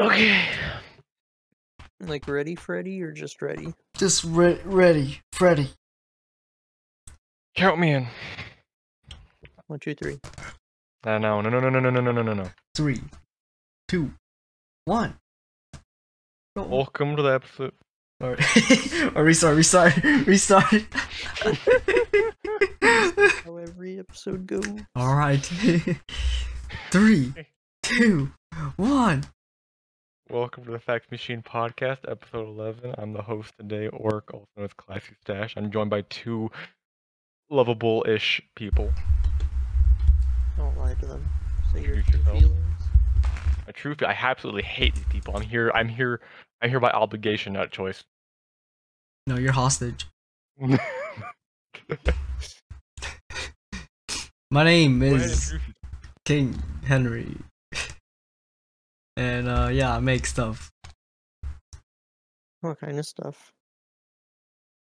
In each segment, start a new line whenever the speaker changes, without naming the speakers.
Okay. Like ready, Freddy, or just ready?
Just re- ready, Freddy.
Count me in.
One, two, three.
No, no, no, no, no, no, no, no, no, no, no.
Three, two, one. Go.
Welcome to the episode.
Alright. Oh, restart, restart, restart.
How every episode goes.
Alright. Three, two, one.
Welcome to the Fact Machine Podcast, episode 11. I'm the host today, Orc, also known as Classy Stash. I'm joined by two lovable ish people.
Don't lie to them. Say your
Introduce
true
yourself.
feelings.
A true, I absolutely hate these people. I'm here, I'm here, I'm here by obligation, not choice.
No, you're hostage. My name is King Henry. And uh yeah, I make stuff.
What kind of stuff?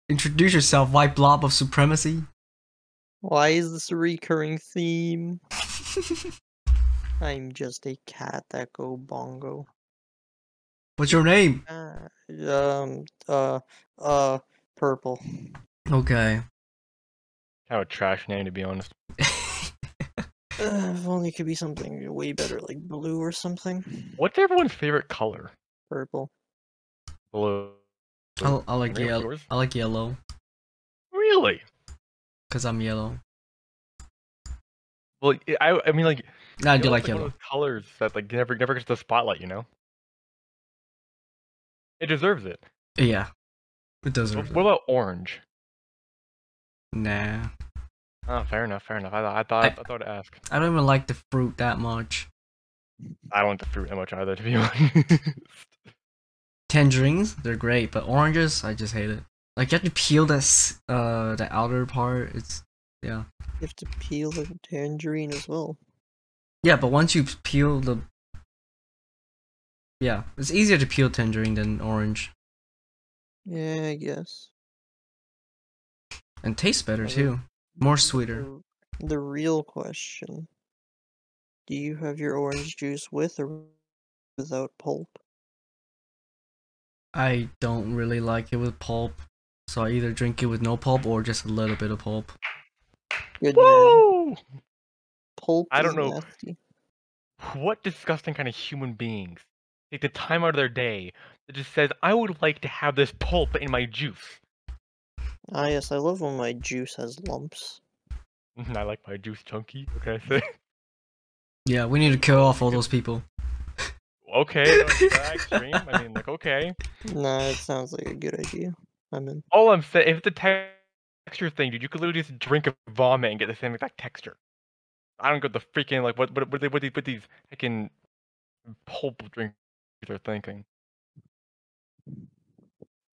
Introduce yourself, white blob of supremacy.
Why is this a recurring theme? I'm just a cat that go bongo.
What's your name?
Ah, um, uh, uh, purple.
Okay.
Kind of a trash name, to be honest.
Uh, if only it could be something way better, like blue or something.
What's everyone's favorite color?
Purple.
Blue.
I, I like
Henry, what's
yellow.
yours?
I like yellow
Really?
because I'm yellow.
Well, I, I mean, like,
Nah, I do
yellow's,
like
One
yellow.
of those colors that like never never gets the spotlight, you know. It deserves it.
Yeah, it does.
Wh-
not
What about orange?
Nah,
Oh, fair enough, fair enough. I, I thought I,
I-
thought I'd ask.
I don't even like the fruit that much.
I don't like the fruit that much either, to be honest.
Tangerines, they're great, but oranges, I just hate it. Like you have to peel that s- uh the outer part. It's
You have to peel the tangerine as well.
yeah, but once you peel the yeah, it's easier to peel tangerine than orange,
Yeah, I guess.
and tastes better
Okay.
too. More sweeter.
The- Mm, The real question. Do you have your orange juice with or without pulp?
I don't really like it with pulp, so I either drink it with no pulp or just a little bit of pulp.
Good man.
Whoa!
Pulp
I
is
don't know.
nasty.
What disgusting kind of human beings take the time out of their day that just says, "I would like to have this pulp in my juice."
Ah, yes, I love when my juice has lumps.
I like my juice chunky. What can I say?
Yeah, we need to kill off all those people.
Okay, that's that extreme. I mean, like, okay.
Nah, it sounds like a good idea. I'm in.
All I'm saying, if it's a te- texture thing, dude, you could literally just drink a vomit and get the same exact texture. I don't get the freaking like what what what they what, they, what these freaking pulp drinkers are thinking.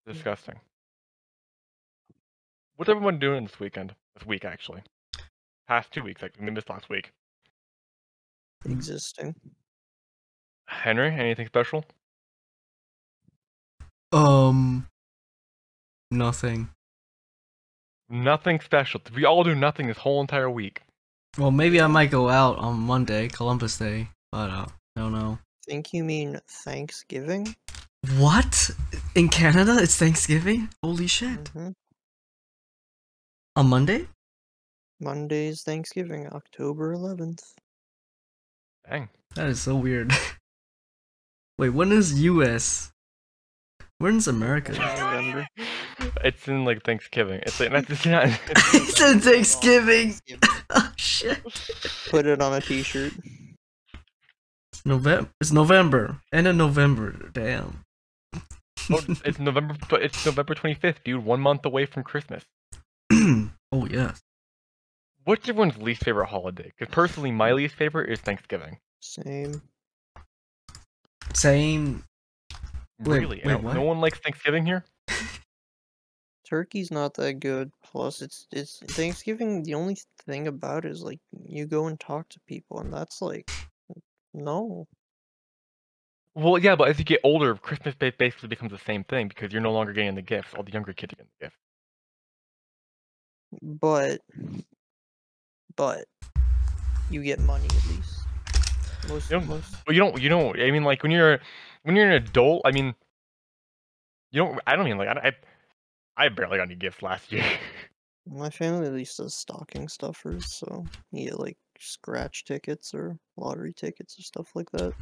Disgusting. What's everyone doing this weekend? This week actually, past two weeks, like I mean, this last week.
Existing.
Henry, anything special?
Um, nothing.
Nothing special. We all do nothing this whole entire week.
Well, maybe I might go out on Monday, Columbus Day, but uh, I don't know.
Think you mean Thanksgiving?
What? In Canada, it's Thanksgiving? Holy shit.
hmm
On Monday?
Monday's Thanksgiving, October 11th.
Dang.
That is so weird. Wait, when is US? When's America?
November.
It's in like Thanksgiving. It's like not, it's not it's
it's in Thanksgiving! oh shit.
Put it on a t-shirt.
November. It's November. End of November. Damn.
Oh, it's November. tw- It's November twenty fifth, dude. One month away from Christmas.
oh yes.
What's everyone's least favorite holiday? Because personally, my least favorite is Thanksgiving.
Same.
Same. Wait,
really?
wait,
no,
what?
no one likes Thanksgiving here.
Turkey's not that good. Plus, it's it's Thanksgiving. The only thing about it is like you go and talk to people, and that's like, no.
Well, yeah, but as you get older, Christmas ba- basically becomes the same thing because you're no longer getting the gifts. All the younger kids are getting the gifts.
But, but you get money at least. Most
You don't-
most
Well, you don't. You don't. I mean, like when you're when you're an adult, I mean, you don't. I don't mean like I. don't- I, I barely got any gifts last year.
My family at least does stocking stuffers, so you get like scratch tickets or lottery tickets or stuff like that.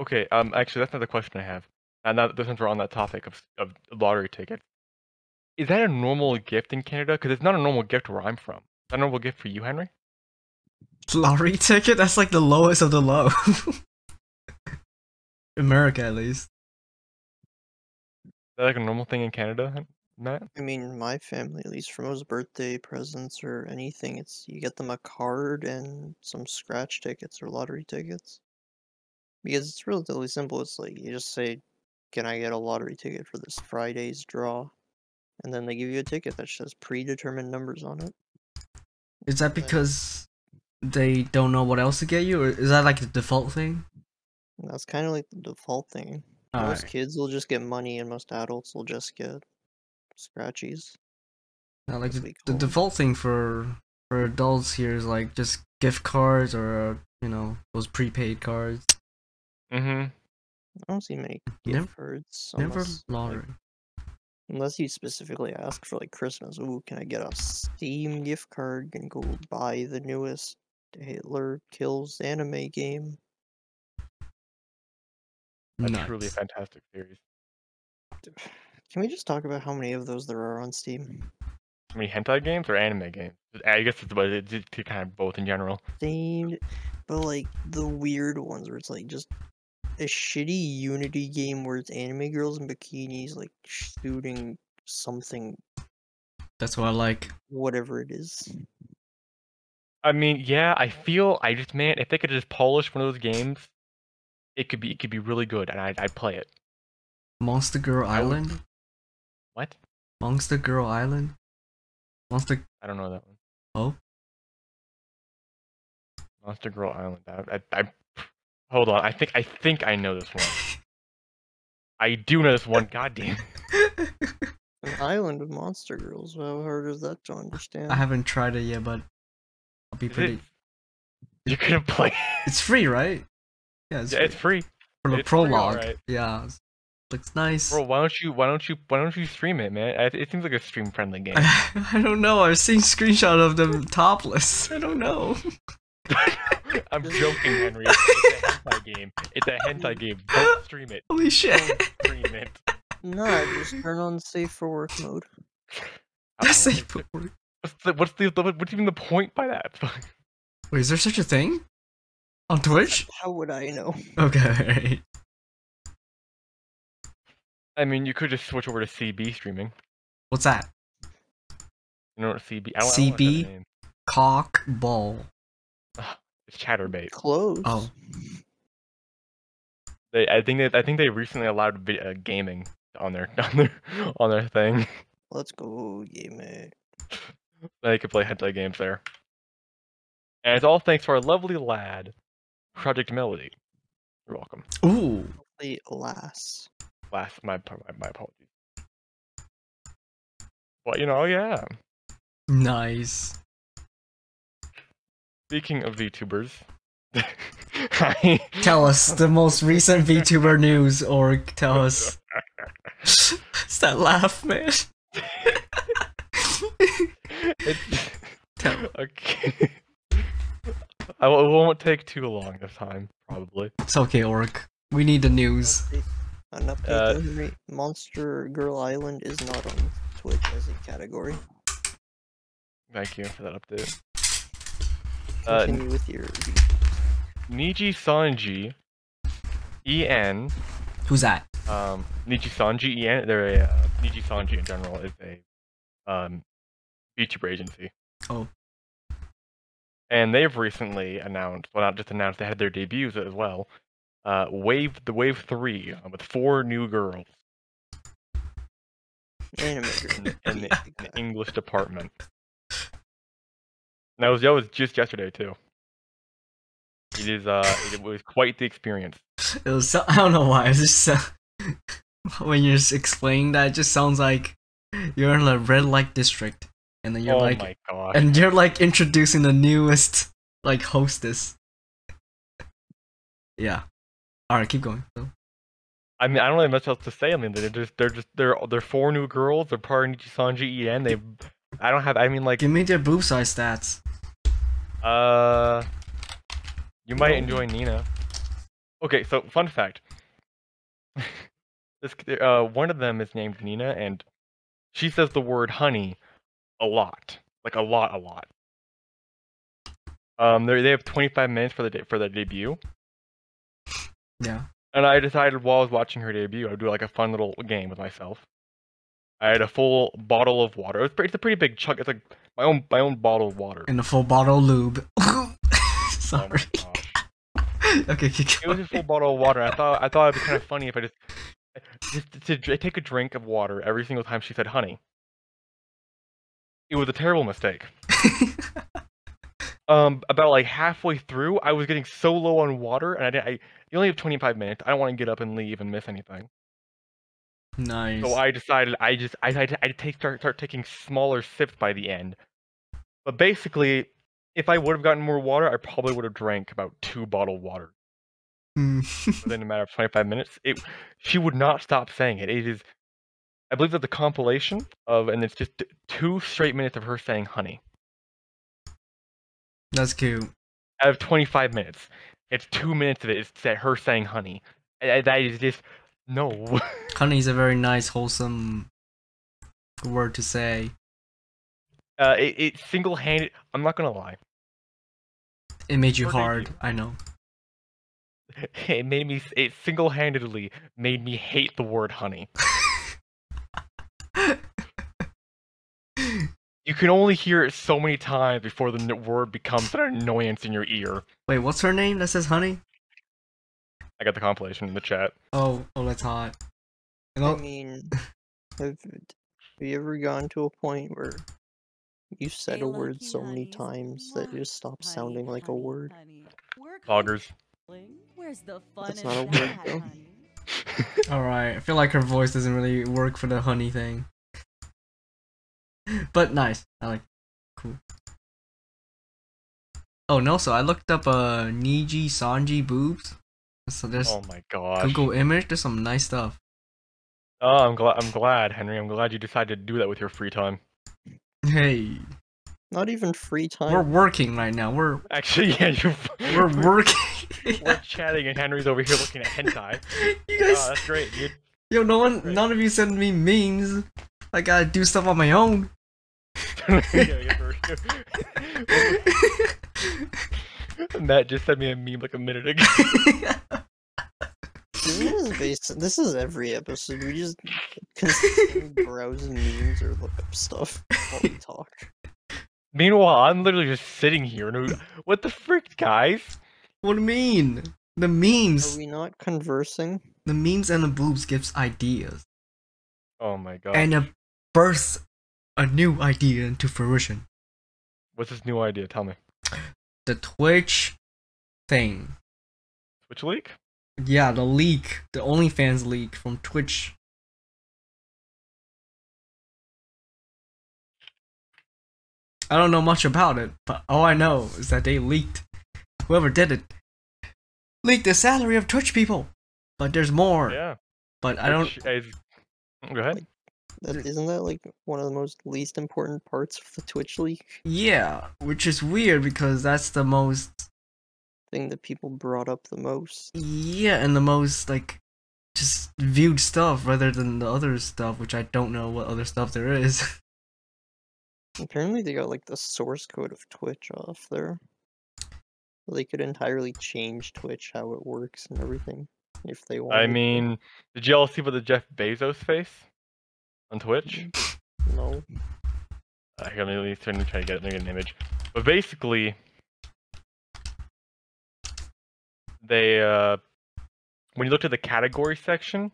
okay. Um. Actually, that's not the question I have. And now, since we're on that topic of of lottery tickets, is that a normal gift in Canada? Because it's not a normal gift where I'm from. Is that a normal gift for you, Henry?
Lottery ticket? That's like the lowest of the low. America, at least.
Is that like a normal thing in Canada, Hen- Matt?
I mean, my family at least for most birthday presents or anything, it's you get them a card and some scratch tickets or lottery tickets. Because it's relatively simple. It's like you just say, "Can I get a lottery ticket for this Friday's draw?" And then they give you a ticket that says predetermined numbers on it.
Is that because they don't know what else to get you, or is that like the default thing?
And that's kind of like the default thing. most
Alright.
kids will just get money, and most adults will just get scratchies.
Not like
that's what
the, the
we call it.
default thing for for adults here is like just gift cards or uh, you know those prepaid cards.
Mm-hmm.
I don't see many gift
Never-
cards.
Never
unless, like,
lottery.
Unless you specifically ask for like Christmas, ooh, can I get a Steam gift card and go buy the newest Hitler Kills anime game?
That's
Nuts.
truly fantastic series.
Can we just talk about how many of those there are on Steam?
I mean, hentai games or anime games? I guess it's, about- it's it's kind of both in general.
Themed, but like the weird ones where it's like just a shitty Unity game where it's anime girls in bikinis like shooting something,
That's what I like.
whatever it is.
I mean, yeah, I feel I just man, if they could just polish one of those games, it could be it could be really good, and I I'd play it.
Monster Girl
I would-
Island.
What?
Monster Girl Island. Monster.
I don't know that one.
Oh,
Monster Girl Island. I, I, I hold on. I think I think I know this one. I do know this one. Goddamn.
An island of monster girls. How hard is that to understand?
I haven't tried it yet, but I'll be
Is it-
pretty.
You could play.
It's free, right? Yeah, it's
Yeah,
free.
it's free,
for the
it's free,
prologue.
alright.
Yeah, it's- looks nice.
bro. Why don't you why don't you why don't you stream it, man? I- It seems like a stream friendly game.
I don't know. I've seen screenshot of them topless. I don't know.
I'm joking, Henry. It's, it's a hentai game. It's a hentai game. Don't stream it.
Holy
Don't
shit!
stream it.
Nah, just turn on safe for work mode.
I don't
That's like,
think- What's the, what's the what's even the point by that?
wait, is there such a thing on Twitch?
How would I know?
Okay, alright.
I mean, you could just switch over to CB streaming.
what's that?
You know what CB? I don't, I don't like that
CB?
name.
Cock ball.
It's chatterbait.
Close.
Oh.
They, I think they, I think they recently allowed vi- uh, gaming on their on their on their thing.
Let's go, gaming.
They could play hentai games there. And it's all thanks to our lovely lad, Project Melody. You're welcome.
Ooh,
The alas.
Last, my ap- my, my apologies. But you know, oh, yeah.
nice.
Speaking of VTubers, I,
Tell us the most recent VTuber news, or tell us. It's that laugh, man.
It's-
Tell-
okay. I w- it won't take too long this time, probably.
it's okay, Orc. We need the news.
Update- An update
Uh,
to Henry. Monster Girl Island is not on Twitch as a category.
Thank you for that update. Uh,
Continue with your.
Niji Sanji, E N,
Who's that?
um, Niji Sanji, E N, they're a, uh, Niji Sanji in general is a, um, VTuber agency.
Oh.
And they've recently announced, well, not just announced, they had their debuts as well. Uh, Wave, the Wave 3, uh, with four new girls
Anime
in,
girl.
in the
Yeah, exactly.
English department. And that was, that was just yesterday, too. It is, uh, it was quite the experience.
It was so- I don't know why. It just so- when you're s- explaining that, it just sounds like you're in the red light district, and then you're
oh
like,
my god.
and you're like introducing the newest like hostess. yeah. All right, keep going. Phil.
I mean, I don't have much else to say. I mean, they're just they're just they're they're four new girls. They're part of Nichisanji En. They, I don't have. I mean, like
Give me their boob size stats.
uh, you might
No.
enjoy Nina. Okay, so fun fact. this uh, one of them is named Nina, and she says the word honey a lot, like a lot, a lot. Um, they they have 25 minutes for the de- for their debut.
Yeah.
And I decided while I was watching her debut, I'd do like a fun little game with myself. I had a full bottle of water. It's, pretty, it's a pretty big chunk. It's like my own my own bottle of water.
And a full bottle lube.
Oh my
Sorry.
gosh.
okay, keep
It was
going.
a full bottle of water. I thought I thought it'd be kind of funny if I just just to dr- take a drink of water every single time she said honey. It was a terrible mistake. Um, about like halfway through, I was getting so low on water, and I didn't. I you only have 25 minutes. I don't want to get up and leave and miss anything.
nice.
So I decided I just I I, I take start start taking smaller sips by the end. But basically, if I would have gotten more water, I probably would have drank about two bottle water
Mm.
within a matter of 25 minutes. It she would not stop saying it. It is I believe that the compilation of and it's just t- two straight minutes of her saying honey
That's cute.
out of 25 minutes. It's two minutes of it is sa- her saying honey. And I- that is just no.
Honey is a very nice, wholesome word to say.
Uh, it, it single-handed. I'm not gonna lie.
It made you
Or did you-
hard. I know.
It made me. s- It single-handedly made me hate the word honey. You can only hear it so many times before the n- word becomes an annoyance in your ear.
Wait, what's her name that says honey?
I got the compilation in the chat.
Oh, oh, that's hot. And
I
I'll-
mean, have, have you ever gotten to a point where you said a
Hello,
word so many
cuties.
times that it just stopped
Honey,
sounding like a
honey,
word?
honey. We're
Boggers.
cuddling. Where's the fun
That's
in
not a word,
that,
though.
honey?
All right, I feel like her voice doesn't really work for the honey thing. but nice, I like. Cool. Oh, and also I looked up uh Niji Sanji boobs. So there's
Oh my gosh.
Google image. There's some nice stuff.
Oh, I'm glad. I'm glad, Henry. I'm glad you decided to do that with your free time.
Hey,
Not even free time.
we're working right now. We're
Actually, yeah, you.
we're working.
we're chatting, and Henry's over here looking at hentai.
you
Oh,
guys,
that's great, dude.
yo, no one,
great.
none of you send me memes. I gotta do stuff on my own.
Yeah, yeah, for sure. Matt just sent me a meme like a minute ago.
This is based. This is every episode. We just constantly browse memes or look up stuff while we talk.
Meanwhile, I'm literally just sitting here. And what the frick, guys?
What do you mean? The memes.
Are we not conversing?
The memes and the boobs gives ideas.
Oh my god.
And it births a new idea into fruition.
What's this new idea? Tell me.
The Twitch thing.
Twitch leak?
Yeah, the leak. The OnlyFans leak from Twitch. I don't know much about it, but all I know is that they leaked. Whoever did it leaked the salary of Twitch people. But there's more.
Yeah.
But I don't.
Twitch is- Go ahead.
That, isn't that like one of the most least important parts of the Twitch leak
Yeah, which is weird because that's the most
thing that people brought up the most?
Yeah, and the most like just viewed stuff rather than the other stuff, which I don't know what other stuff there is.
Apparently, they got like the source code of Twitch off there. They could entirely change Twitch how it works and everything if they wanted.
I
to.
mean, did y'all see about the Jeff Bezos face on Twitch?
no.
Uh, here, let me, let me try- let me try to get, let me get an image. But basically, they uh, when you looked at the category section,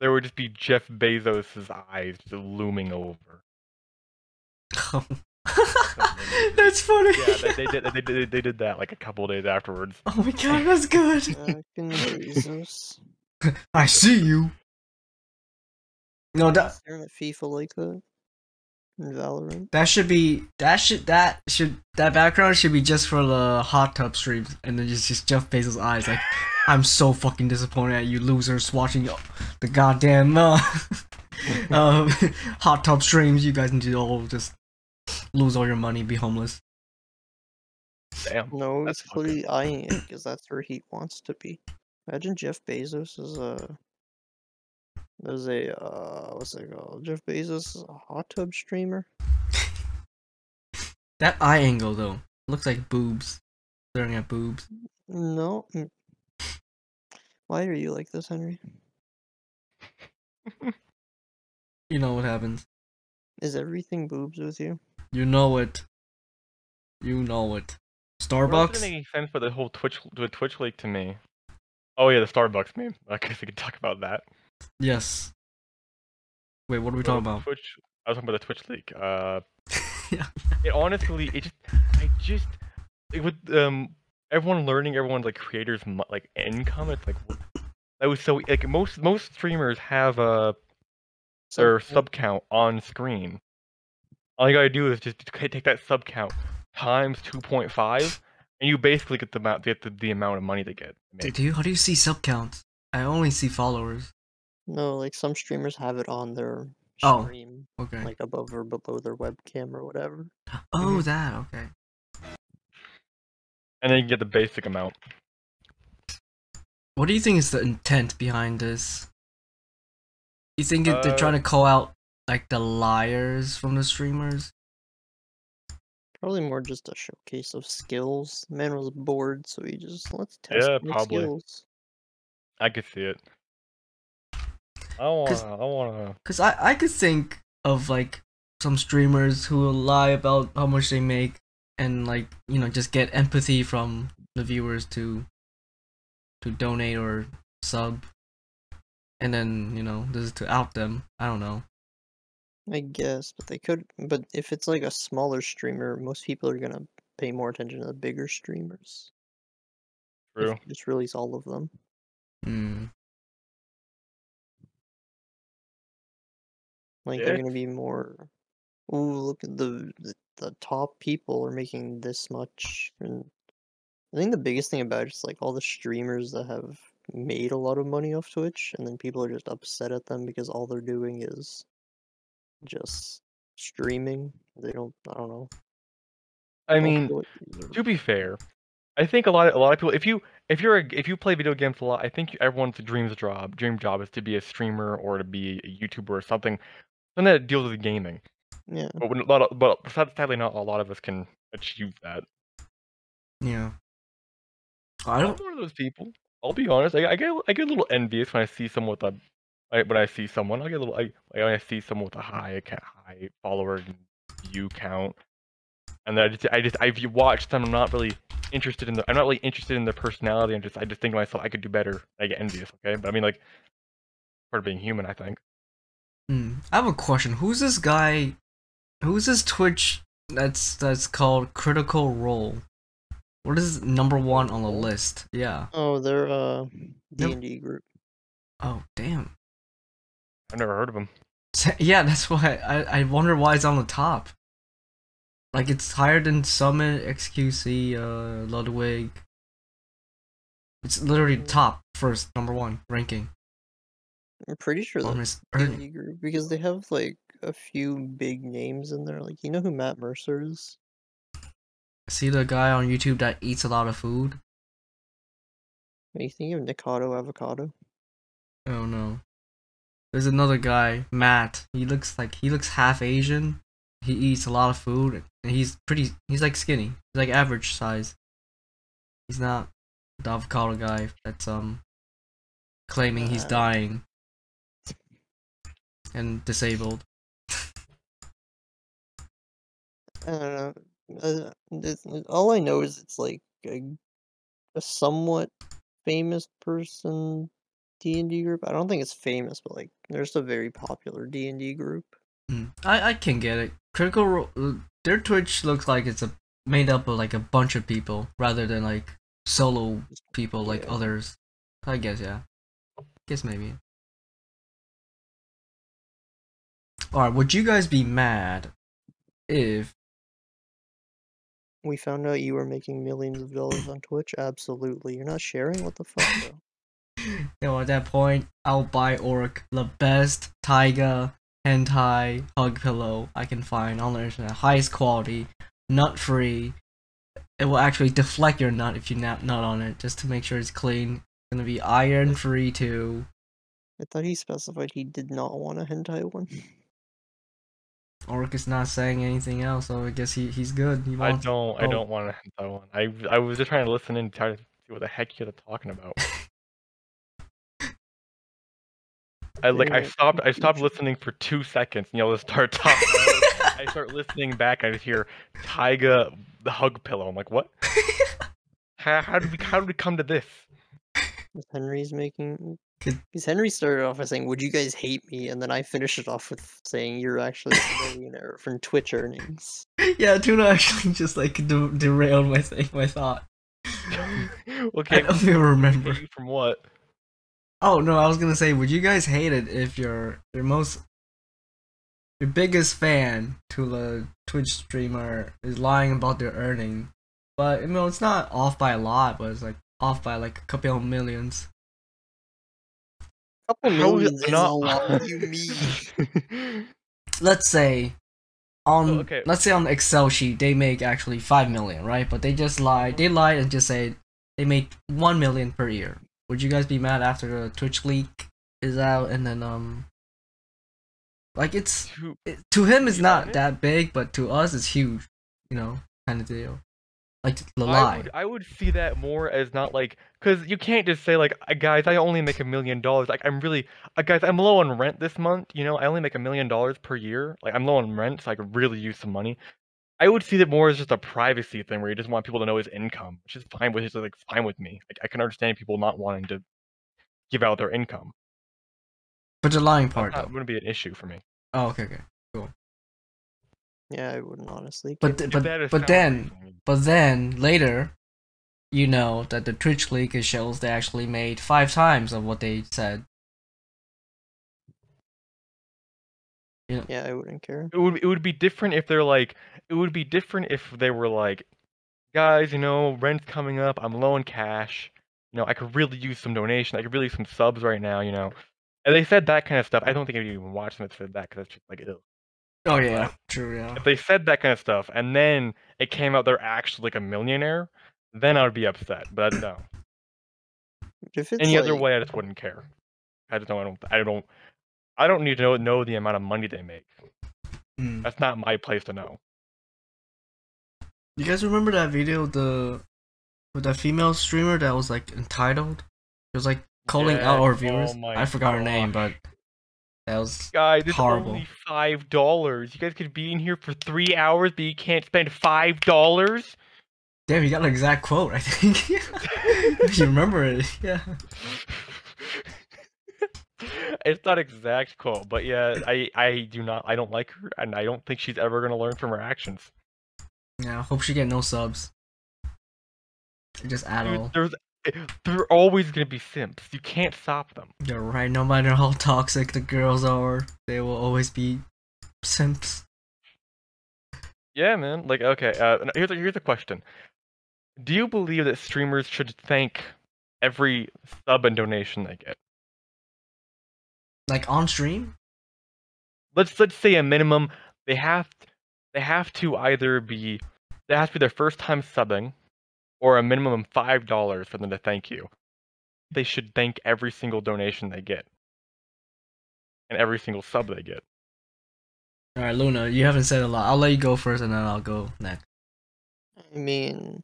there would just be Jeff Bezos's eyes just looming over.
that's funny.
Yeah, they, they did. They, did. They did that like a couple days afterwards.
oh my god, that's good.
Uh, can Jesus
I see you. No, that
staring at FIFA like that? In Valorant?
that should be that should that should that background should be just for the hot tub streams, and then just just Jeff Bezos' eyes like. I'm so fucking disappointed at you losers watching the goddamn uh, uh, hot tub streams. You guys need to all just lose all your money, be homeless.
Damn.
No,
That's
it's
fucked up.
clearly eyeing it because that's where he wants to be. Imagine Jeff Bezos is a. There's a uh, what's it called? Jeff Bezos is a hot tub streamer.
That eye angle though looks like boobs. Staring at boobs.
No. mm. Why are you like this, Henry?
You know what happens.
Is everything boobs with you?
You know it. You know it.
Well, it doesn't
Starbucks.
make any sense for the whole Twitch the Twitch leak to me. Oh yeah, the Starbucks meme. I guess we could talk about that.
Yes. Wait, what are we
So
talking about?
Twitch. I was talking about the Twitch leak. Uh,
Yeah.
it honestly, it just, I just, like, with um, everyone learning everyone's like creators mo- like income. It's like what- that was so like most most streamers have uh their
Something-
sub count on screen. All you gotta do is just t- take that sub count times two point five, and you basically get the amount get the, the amount of money they get.
Do- Do you, how do you see sub counts? I only see followers.
No, like some streamers have it on their
Oh.
stream,
Okay.
like above or below their webcam or whatever.
oh, that. Okay.
and then you get the basic amount.
What do you think is the intent behind this? You think it, they're
Uh,
trying to call out like the liars from the streamers?
Probably more just a showcase of skills. Man was bored, so he just let's test
Yeah,
my
probably.
skills.
I could see it. I wanna,
'Cause-
I wanna.
Cause I I could think of like some streamers who will lie about how much they make and like you know just get empathy from the viewers to to donate or sub, and then you know this is to out them. I don't know.
I guess, but they could. But if it's like a smaller streamer, most people are gonna pay more attention to the bigger streamers. if
True.
you Just release all of them.
Hmm.
Like they're
Yeah.
gonna be more. Ooh, look at the the- the top people are making this much, and I think the biggest thing about it is like all the streamers that have made a lot of money off Twitch, and then people are just upset at them because all they're doing is just streaming. They don't. I don't know.
I
don't
mean,
feel like-
to be fair, I think a lot of a lot of people, if you if you're a, if you play video games a lot, I think everyone's dreams job dream job is to be a streamer or to be a YouTuber or something, something that deals with gaming.
yeah.
But when a lot of, but sad- sadly, not a lot of us can achieve that.
Yeah. I
I'm
don't.
one of those people. I'll be honest. I, I get I get a little envious when I see someone with a I, when I see someone. I get a little I, like when I see someone with a high acc- high follower and view count, and then I just I just I've watched them. I'm not really interested in the I'm not really interested in their personality. I'm just I just think to myself I could do better. I get envious. Okay, but I mean like part of being human. I think
Hmm. I have a question. Who's this guy? Who's this Twitch that's that's called Critical Role? What is number one on the
Role?
list? Yeah.
Oh, they're uh D and D group.
Oh damn.
I've never heard of them.
Yeah, that's why I I wonder why it's on the top. Like it's higher than Summit, XQC, uh, Ludwig. It's literally top first number one ranking.
I'm pretty sure
Or
that's
Miss Ernie.
indie group because they have like a few big names in there. Like you know who Matt Mercer is?
See the guy on YouTube that eats a lot of food.
Are you thinking of Nikado Avocado?
Oh no. There's another guy, Matt. He looks like he looks half Asian. He eats a lot of food and he's pretty he's like skinny. He's like average size. He's not the avocado guy that's um claiming he's
Uh.
dying and disabled.
I don't know. Uh, this- all I know is it's like a, a somewhat famous person D and D group. I don't think it's famous, but like there's a very popular D and D group.
Mm. I I can get it. Critical Role uh, their Twitch looks like it's a made up of like a bunch of people rather than like solo people like
Yeah.
others. I guess yeah. Guess maybe. Alright, would you guys be mad if
We found out you were making millions of dollars on Twitch. Absolutely. You're not sharing? What the fuck, bro?
Yo, at that point, I'll buy Orc the best Taiga hentai hug pillow I can find on the internet. Highest quality, nut free. It will actually deflect your nut if you nap nut on it, just to make sure it's clean. It's gonna be iron free too.
I thought he specified he did not want a hentai one.
Mm.
Orc is not saying anything else, so I guess he, he's good. He
I
wants
don't. I
oh.
don't want to that one. I I was just trying to listen in, try to see what the heck you guys are talking about. I like. I
Favorite
stopped. I stopped
confusion.
listening for two seconds, and y'all just start talking. I start listening back. I just hear Tyga the hug pillow. I'm like, what? how, how did we? How did we come to this?
Is Henry's making.
Could-
Because Henry started off by saying, Would you guys hate me? And then I finished it off with saying, You're actually a millionaire from Twitch earnings.
Yeah, Tuna actually just like de- derailed my thing, my thought. I
okay.
don't even remember.
hate From what?
Oh no, I was gonna say, would you guys hate it if your your most your biggest fan to a Twitch streamer is lying about their earning? But you know, it's not off by a lot, but it's like off by like a couple of millions.
couple
How is
millions
it
is
not-
a lot. What do you mean?
Let's say on
Oh, okay.
let's say on the Excel sheet they make actually five million, right? But they just lie, they lie and just say they make one million per year. Would you guys be mad after the Twitch leak is out and then um like it's
Two-
it- to him it's
You
not
own it?
that big, but to us it's huge, you know, kind of deal. Like the
I
lie.
would, I would see that more as not like because you can't just say like "Uh, guys I only make a million dollars like I'm really uh, guys I'm low on rent this month you know I only make a million dollars per year like I'm low on rent so I could really use some money. I would see that more as just a privacy thing where you just want people to know his income, which is fine with is like fine with me. Like I can understand people not wanting to give out their income.
But the lying
That
part
not,
though.
wouldn't be an issue for me.
Oh okay okay.
Yeah, I wouldn't honestly.
But th-
If that
but
is
but
how-
then But then later, you know that the Twitch leak it shows they actually made five times of what they said.
Yeah, I wouldn't care.
it would it would be different if they're like it would be different if they were like guys you know rent's coming up i'm low on cash you know i could really use some donation i could really use some subs right now you know and they said that kind of stuff i don't think i'd even watch them if they said that because that's just like ill
Oh yeah, true yeah.
if they said that kind of stuff and then it came out they're actually like a millionaire then i would be upset but no
If it's
any other
like-
way i just wouldn't care i just don't i don't i don't i don't need to know, know the amount of money they make
Mm.
that's not my place to know
You guys remember that video the with that female streamer that was like entitled? She was like calling
Yeah,
out our
oh
viewers.
my
I forgot her name, but
gosh.
that was
Guys, it's
Horrible.
only five dollars. You guys could be in here for three hours, but you can't spend five dollars.
damn. You got an exact quote, I think. you remember it? Yeah.
it's not exact quote, but yeah, I I do not I don't like her, and I don't think she's ever gonna learn from her actions.
Yeah. I Hope she get no subs. Just at
Dude,
all.
there's they're always gonna be simps. You can't stop them.
You're right. No matter how toxic the girls are, they will always be simps.
Yeah, man. Like, okay. Uh, n- here's a, here's a question. Do you believe that streamers should thank every sub and donation they get?
Like on stream?
let's let's say a minimum they have they have to either be that has to be their first time subbing or a minimum of five dollars for them to thank you they should thank every single donation they get and every single sub they get
All right, Luna, you haven't said a lot. I'll let you go first, and then I'll go next.
I mean,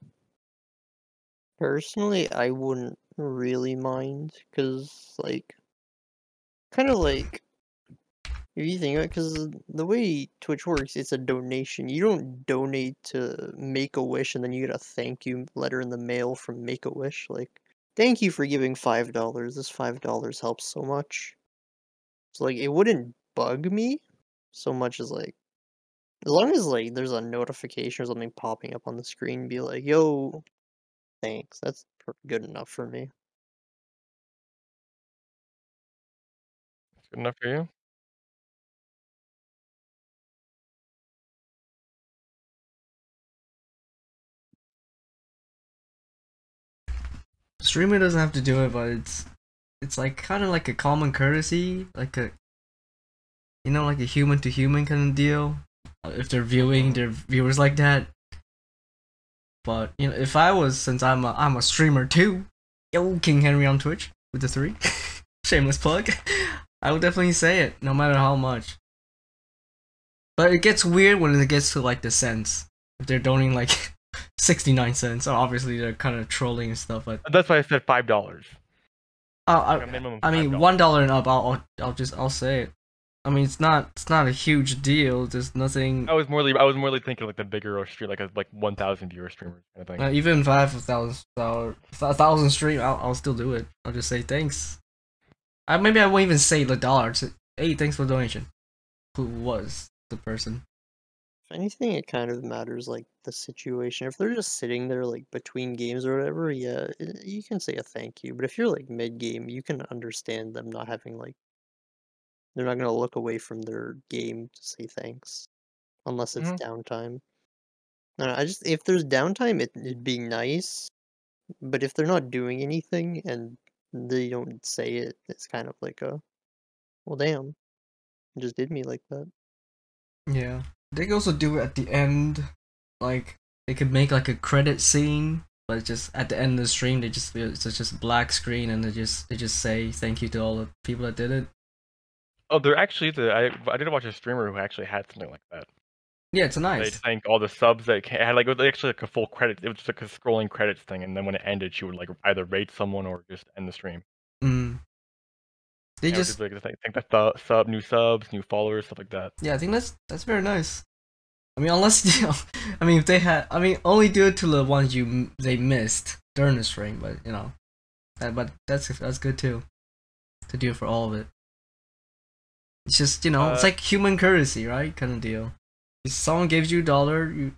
personally, I wouldn't really mind because, like, kind of like if you think about because the way Twitch works, it's a donation. You don't donate to Make a Wish and then you get a thank you letter in the mail from Make a Wish. Like, thank you for giving five dollars. This five dollars helps so much. So like, it wouldn't bug me so much as like. As long as like there's a notification or something popping up on the screen, be like, "Yo, thanks." That's per- good enough for me.
good enough for you
Streamer doesn't have to do it, but it's it's like kind of like a common courtesy, like a you know, like a human to human kind of deal. Uh, If they're viewing their viewers like that, but you know, if I was since I'm a I'm a streamer too, yo King Henry on Twitch with the three, shameless plug, I would definitely say it no matter how much. But it gets weird when it gets to like the cents. If they're donating like sixty nine cents, so obviously they're kind of trolling and stuff. But
That's why I said five dollars.
I, I,
Like a minimum of
I mean,
$5.
one dollar and up. I'll, I'll I'll just I'll say it. I mean, it's not it's not a huge deal. There's nothing.
I was morely I was morely thinking like the bigger stream, like a like one thousand viewer streamer kind of thing.
Uh, even if I have a thousand dollar, a thousand stream, I'll, I'll still do it. I'll just say thanks. I maybe I won't even say the dollar. Just, hey, thanks for donation. Who was the person?
If anything, it kind of matters like the situation. If they're just sitting there like between games or whatever, yeah, i- you can say a thank you. But if you're like mid game, you can understand them not having like they're not gonna look away from their game to say thanks, unless it's
Mhm.
downtime. I, dunno, I just if there's downtime, it, it'd be nice. But if they're not doing anything and they don't say it, it's kind of like a well, damn, you just did me like that.
Yeah, they could also do it at the end. Like they could make like a credit scene, but it's just at the end of the stream, they just it's just black screen, and they just they just say thank you to all the people that did it.
Oh, there actually is a, I, I did watch a streamer who actually had something like that.
Yeah, it's
They
nice.
thank all the subs that ca- had like it was actually like a full credit. It was just like a scrolling credits thing, and then when it ended, she would like either rate someone or just end the stream.
Mm. They
And it was
just
like just, like, thank the thu- sub, new subs, new followers, stuff like that.
Yeah, I think that's that's very nice. I mean, unless you know, I mean, if they had, I mean, only do it to the ones you m- they missed during the string, but you know, that, but that's that's good too, to do it for all of it. It's just you know, it's
Uh,
like human courtesy, right? Kind of deal. If someone gives you a dollar, you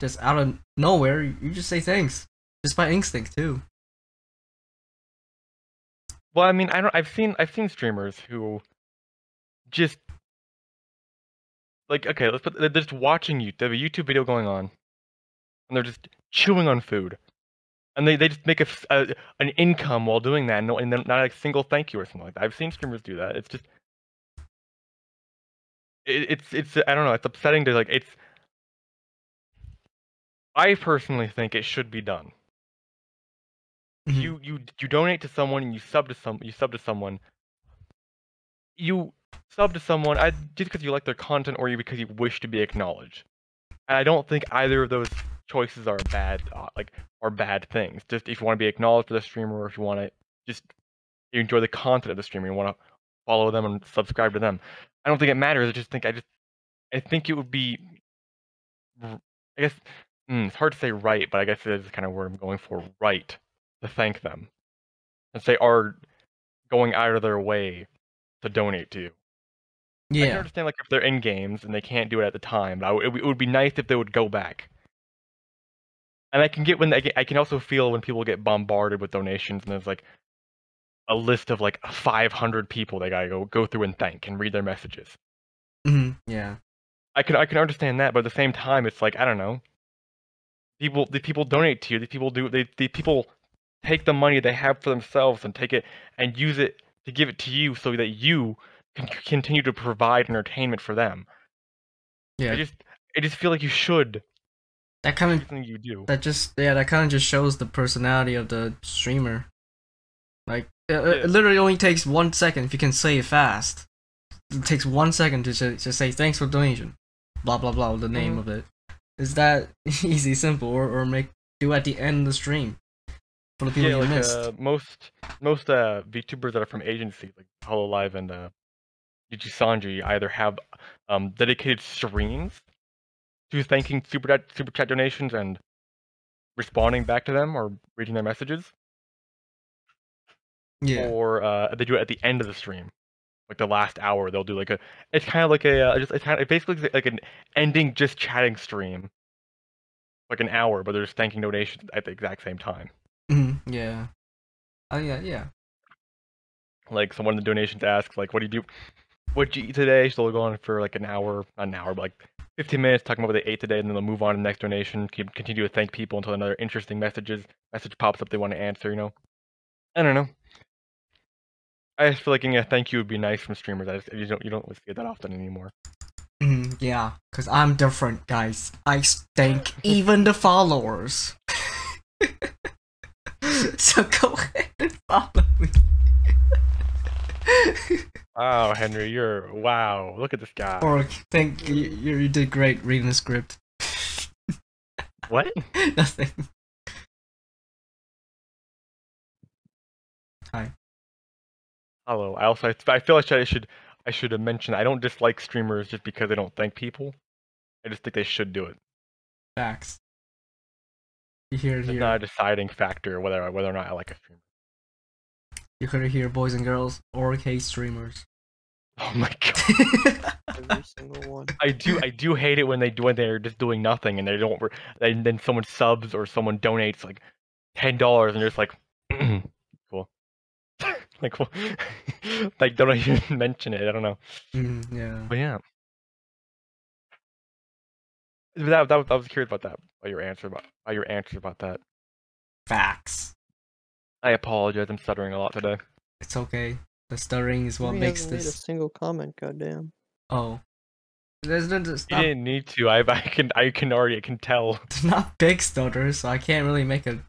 just out of nowhere, you you just say thanks, just by instinct too.
Well, I mean, I don't. I've seen I've seen streamers who just like okay, let's put they're just watching you. They have a YouTube video going on, and they're just chewing on food, and they, they just make a, f- a- an income while doing that, and, no, and then not a single thank you or something like that. I've seen streamers do that. It's just it, it's it's I don't know. It's upsetting to like it's. I personally think it should be done
Mhm.
you you you donate to someone and you sub to some you sub to someone you sub to someone I, just because you like their content or you because you wish to be acknowledged and i don't think either of those choices are bad uh, like are bad things just if you want to be acknowledged for the streamer or if you want to just you enjoy the content of the streamer you want to follow them and subscribe to them i don't think it matters i just think i just i think it would be r- i guess mm, it's hard to say right but i guess that's kind of where i'm going for right to thank them since they are going out of their way to donate to you. I can
yeah,
understand like if they're in games and they can't do it at the time, but I w it, w- it would be nice if they would go back. And I can get when I, get, I can also feel when people get bombarded with donations and there's like a list of like 500 people they gotta go go through and thank and read their messages.
Mhm. yeah.
I can I can understand that, but at the same time, it's like I don't know. People the people donate to you. The people do they the people take the money they have for themselves and take it and use it to give it to you so that you can c- continue to provide entertainment for them.
Yeah.
I just I just feel like you should
That kind of
everything you do.
that just yeah that kind of just shows the personality of the streamer like it, it-
Yeah.
it literally only takes one second if you can say it fast it takes one second to just, just say thanks for donation blah blah blah the name
Mhm.
of it is that easy simple or, or make do at the end of the stream for the people
Yeah,
you
like
missed
uh, most most uh, VTubers that are from agencies like Hololive and uh, Yuji Sanji either have um, dedicated streams to thanking super chat, super chat donations and responding back to them or reading their messages,
yeah
or uh, they do it at the end of the stream, like the last hour. They'll do like a it's kind of like a uh, just it's kind of, basically is like an ending just chatting stream, like an hour, but they're just thanking donations at the exact same time.
Mhm. yeah oh yeah yeah
like someone in the donations asks like what do you do what would you eat today so they'll go on for like an hour not an hour but like 15 minutes talking about what they ate today, and then they'll move on to the next donation. Keep continue to thank people until another interesting messages message pops up they want to answer. You know, I don't know. I just feel like getting a thank you would be nice from streamers. I just you don't you don't see it that often anymore.
Mm, yeah, because I'm different, guys. I thank even the followers. so go ahead and follow me.
Wow, Henry, you're wow. Look at this guy.
or thank you, you. You did great reading the script.
What?
Nothing.
Hello. I also I, I feel like I should I should have mentioned I don't dislike streamers just because they don't thank people. I just think they should do it.
Facts. You hear it
It's
here.
not a deciding factor whether I- whether or not I like a streamer.
You heard it here, boys and girls, or K streamers.
Oh my god.
Every single one.
I do I do hate it when they do when they're just doing nothing and they don't re- and then someone subs or someone donates like ten dollars and they're just like cool. like well, like don't even mention it. I don't know.
Mm, yeah.
But yeah. But That, that was- I was curious about that. About your answer about about your answer about that.
Facts.
I apologize. I'm stuttering a lot today.
It's okay. The stuttering is what
Henry
makes
hasn't made
this.
a single comment. Goddamn.
Oh. There's no, there's
You
not,
didn't need to. I I can I can already I can tell.
there's not big stutters, so I can't really make a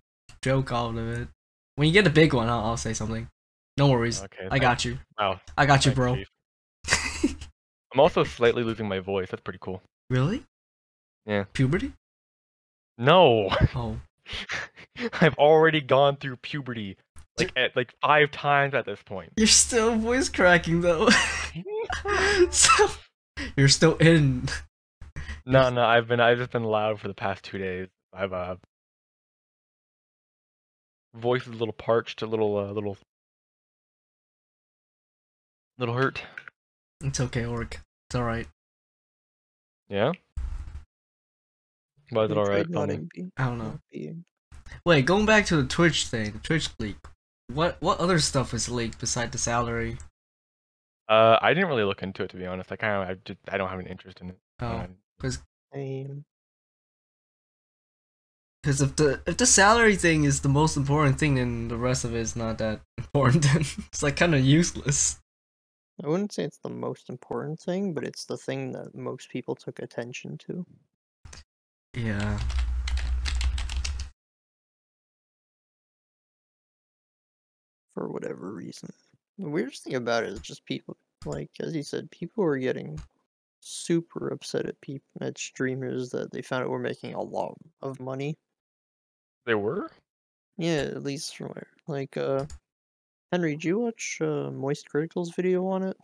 joke out of it. When you get a big one, I'll, I'll say something. No worries.
Okay.
I got you.
Oh, Wow.
I got you,
thanks,
bro.
Chief. I'm also slightly losing my voice. That's pretty cool.
really?
Yeah.
Puberty?
No,
Oh.
I've already gone through puberty like at like five times at this point.
You're still voice cracking, though. so, you're still in.
No, no, I've been I've just been loud for the past two days. I've uh voice is a little parched, a little uh, little little hurt.
It's okay, Orc. It's alright.
Yeah. Why is it Um,
Henry
all right?
tried Not
Tell me.
in being-
I don't know.
not being.
Wait, going back to the Twitch thing, the Twitch leak. What what other stuff is leaked beside the salary?
Uh, I didn't really look into it to be honest. I kind of I just I don't have an interest in it.
Oh,
Um,
Aim.
because if the if the salary thing is the most important thing, then the rest of it is not that important. it's like kind of useless.
I wouldn't say it's the most important thing, but it's the thing that most people took attention to.
Yeah.
for whatever reason. The weirdest thing about it is just people, like as you said, people were getting super upset at people at streamers that they found out were making a lot of money.
They were.
Yeah, at least from where, like, uh, Henry, did you watch uh, Moist Critical's video on it?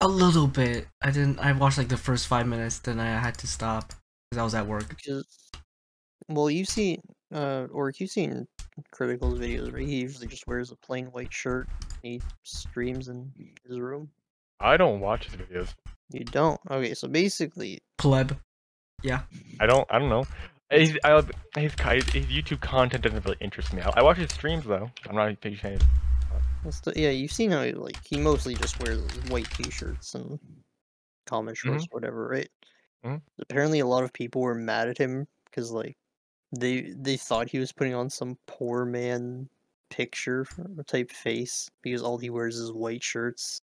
A little bit. I didn't. I watched like the first five minutes, then I had to stop because I was at work.
Because, well, you've seen, uh, or you've seen Critical's videos where he usually just wears a plain white shirt. And he streams in his room.
I don't watch his videos.
You don't. Okay, so basically,
Pleb.
I don't. I don't know. His, I, his, co- his his YouTube content doesn't really interest me. I, I watch his streams though. I'm not a big fan. of-
That's the, yeah, you've seen how he like he mostly just wears those white t-shirts and common shorts, whatever, right?
Mhm.
Apparently, a lot of people were mad at him because like they they thought he was putting on some poor man picture f- type face because all he wears is white shirts.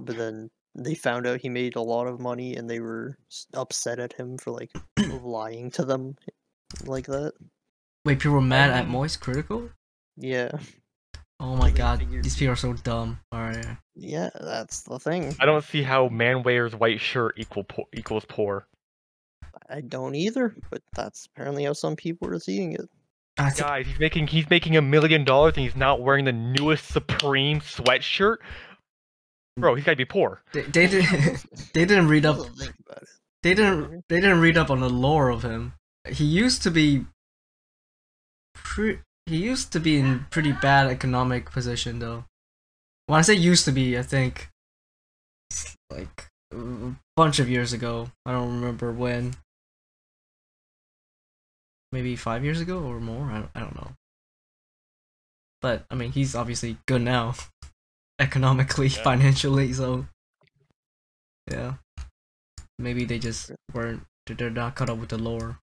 But then they found out he made a lot of money and they were s- upset at him for like lying to them like that.
Wait, people were mad at Moist Critical?
Yeah,
Oh my
They
god,
figured-
these people are so dumb. Alright.
yeah, that's the thing.
I don't see how man wears white shirt equal po- equals poor.
I don't either, but that's apparently how some people are seeing it.
That's
Guys, he's making he's making a million dollars and he's not wearing the newest Supreme sweatshirt. Bro, he's gotta be poor.
they, they didn't. they didn't read up.
That's the thing about it.
They didn't. They didn't read up on the lore of him. He used to be. Pre- he used to be in pretty bad economic position, though. When I say used to be, I think it's like a bunch of years ago. I don't remember when. Maybe five years ago or more. I don't, I don't know. But I mean, he's obviously good now, economically,
Yeah.
financially. So, yeah. Maybe they just weren't. They're not caught up with the lore.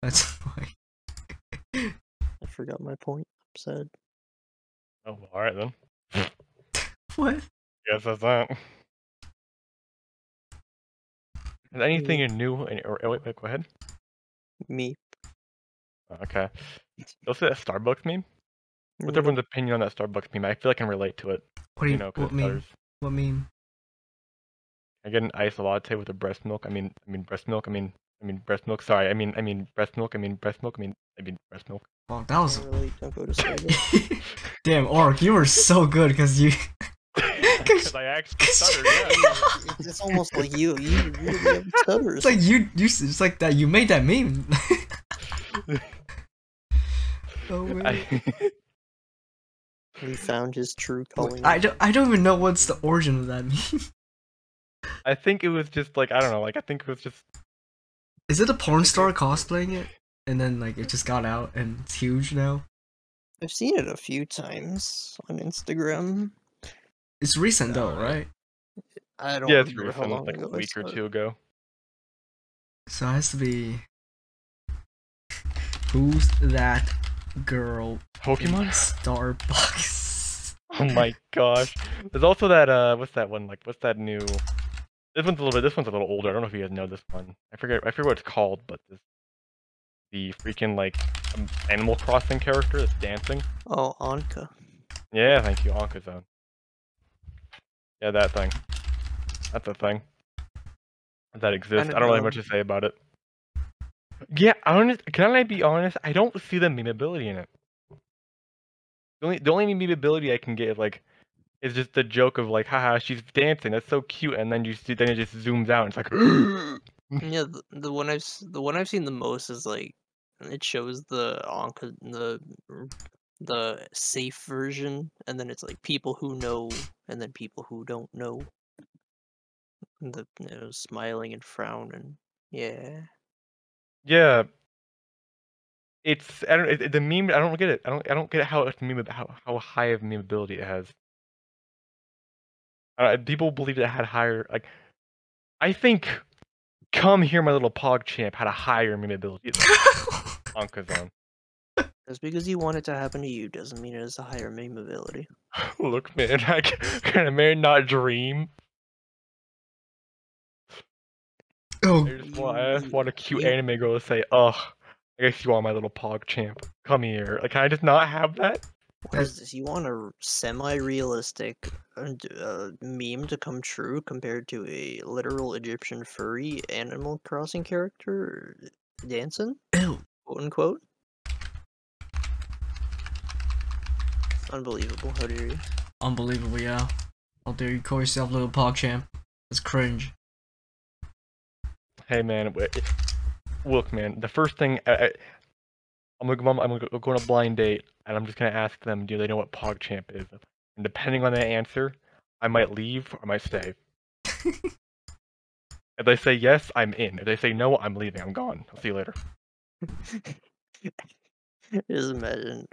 That's why.
I forgot my point. I'm sad.
Oh, well, all right then.
What?
Yes, that's that. Is anything new? In, or, oh, wait, wait, go ahead.
Me.
Okay. Let's say that Starbucks meme. What's everyone's opinion on that Starbucks meme? I feel like I can relate to it.
What do you?
You know, because
what meme? What meme?
I get an iced latte with a breast milk. I mean, I mean breast milk. I mean, I mean breast milk. Sorry, I mean, I mean breast milk. I mean breast milk. I mean, I mean breast milk.
Well, that was.
Don't really, don't go to Starbucks.
Damn, Orc, you were so good because you.
Because I actually stuttered. Yeah.
It's- it's almost like you. You really have stutters.
It's like you, you. It's like that. You made that meme. oh man. I,
I,
we found his true calling.
don't. I don't even know what's the origin of that meme.
I think it was just like I don't know. Like I think it was just
Is it a porn star cosplaying it? And then like it just got out and it's huge now.
I've seen it a few times on Instagram.
It's recent though, right?
I don't
yeah, it's
remember how
recent,
long
like a
ago I
week or
saw it.
two ago.
So it has to be. Who's that girl? in
Pokemon.
Starbucks.
Oh my gosh. There's also that uh what's that one like what's that new This one's a little bit this one's a little older. I don't know if you guys know this one. I forget I forget what it's called, but this the freaking like um, Animal Crossing character that's dancing.
Oh, Anka.
Yeah, thank you, Anka Zone. Yeah, that thing. That's a thing. That exists. I don't, really
don't know.
have much to say about it. Yeah, honest can I be honest? I don't see the memeability in it. The only the only memeability I can get like is just the joke of like, haha, she's dancing, that's so cute, and then you see then it just zooms out and it's like
Yeah, the, the one I've s- the one I've seen the most is like it shows the Anka the r- the safe version, and then it's like people who know, and then people who don't know. And The you know, smiling and frown and yeah.
Yeah. It's I don't it, the meme. I don't get it. I don't I don't get how it's meme how how high of memeability it has. Uh, people believed it had higher like. I think, come here, my little pog champ had a higher memeability than Onkazon.
Just because you want it to happen to you doesn't mean it has a higher meme ability.
Look, man, I ca- can a man not dream?
oh
I just want, I just
You-
want a cute
you-
anime girl to say, "Ugh, I guess you are my little pog champ. Come here." Like, can I just not have that?
What is this? You want a semi-realistic uh, d- uh, meme to come true compared to a literal Egyptian furry Animal Crossing character uh, dancing,
Ew.
quote unquote? Unbelievable! How dare you?
Unbelievable, yeah. Out there, you call yourself Little PogChamp. That's cringe.
Hey man, w- it- look man. The first thing I, I, I'm gonna go- I'm gonna go- go on a blind date, and I'm just gonna ask them, do they know what PogChamp is? And depending on the answer, I might leave or I might stay. if they say yes, I'm in. If they say no, I'm leaving. I'm gone. I'll see you later.
Just imagine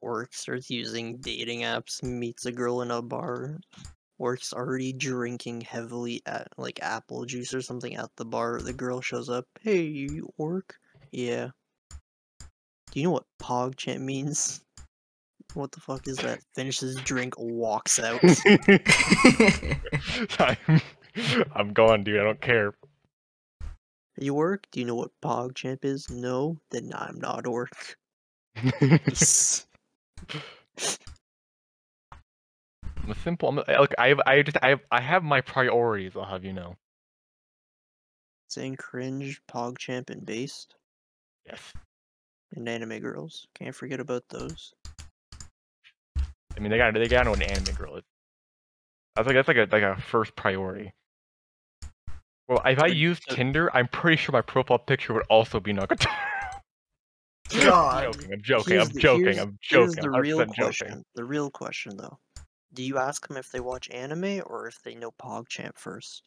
Orc starts using dating apps, meets a girl in a bar. Orc's already drinking heavily at like apple juice or something at the bar. The girl shows up. Hey, you Orc? Yeah. Do you know what PogChamp means? What the fuck is that? Finishes drink, walks out.
I'm, I'm gone, dude. I don't care.
you Orc? Do you know what PogChamp is? No? Then I'm not Orc. Peace.
I'm a simple. I'm a, I- look, I have, I just I have, I have my priorities. I'll have you know.
Saying cringe, PogChamp, and based.
Yes.
and anime girls. Can't forget about those.
I mean, they got they got to know what an anime girl is. That's like that's like a like a first priority. Well, if I
Would-
used
uh,
Tinder, I'm pretty sure my profile picture would also be Nagatoro. I'm
God.
joking, I'm joking,
here's
I'm
the-
joking,
here's-
I'm
Here's
joking.
the
I'm
real
100%
question.
joking.
The real question, though. Do you ask them if they watch anime or if they know PogChamp first?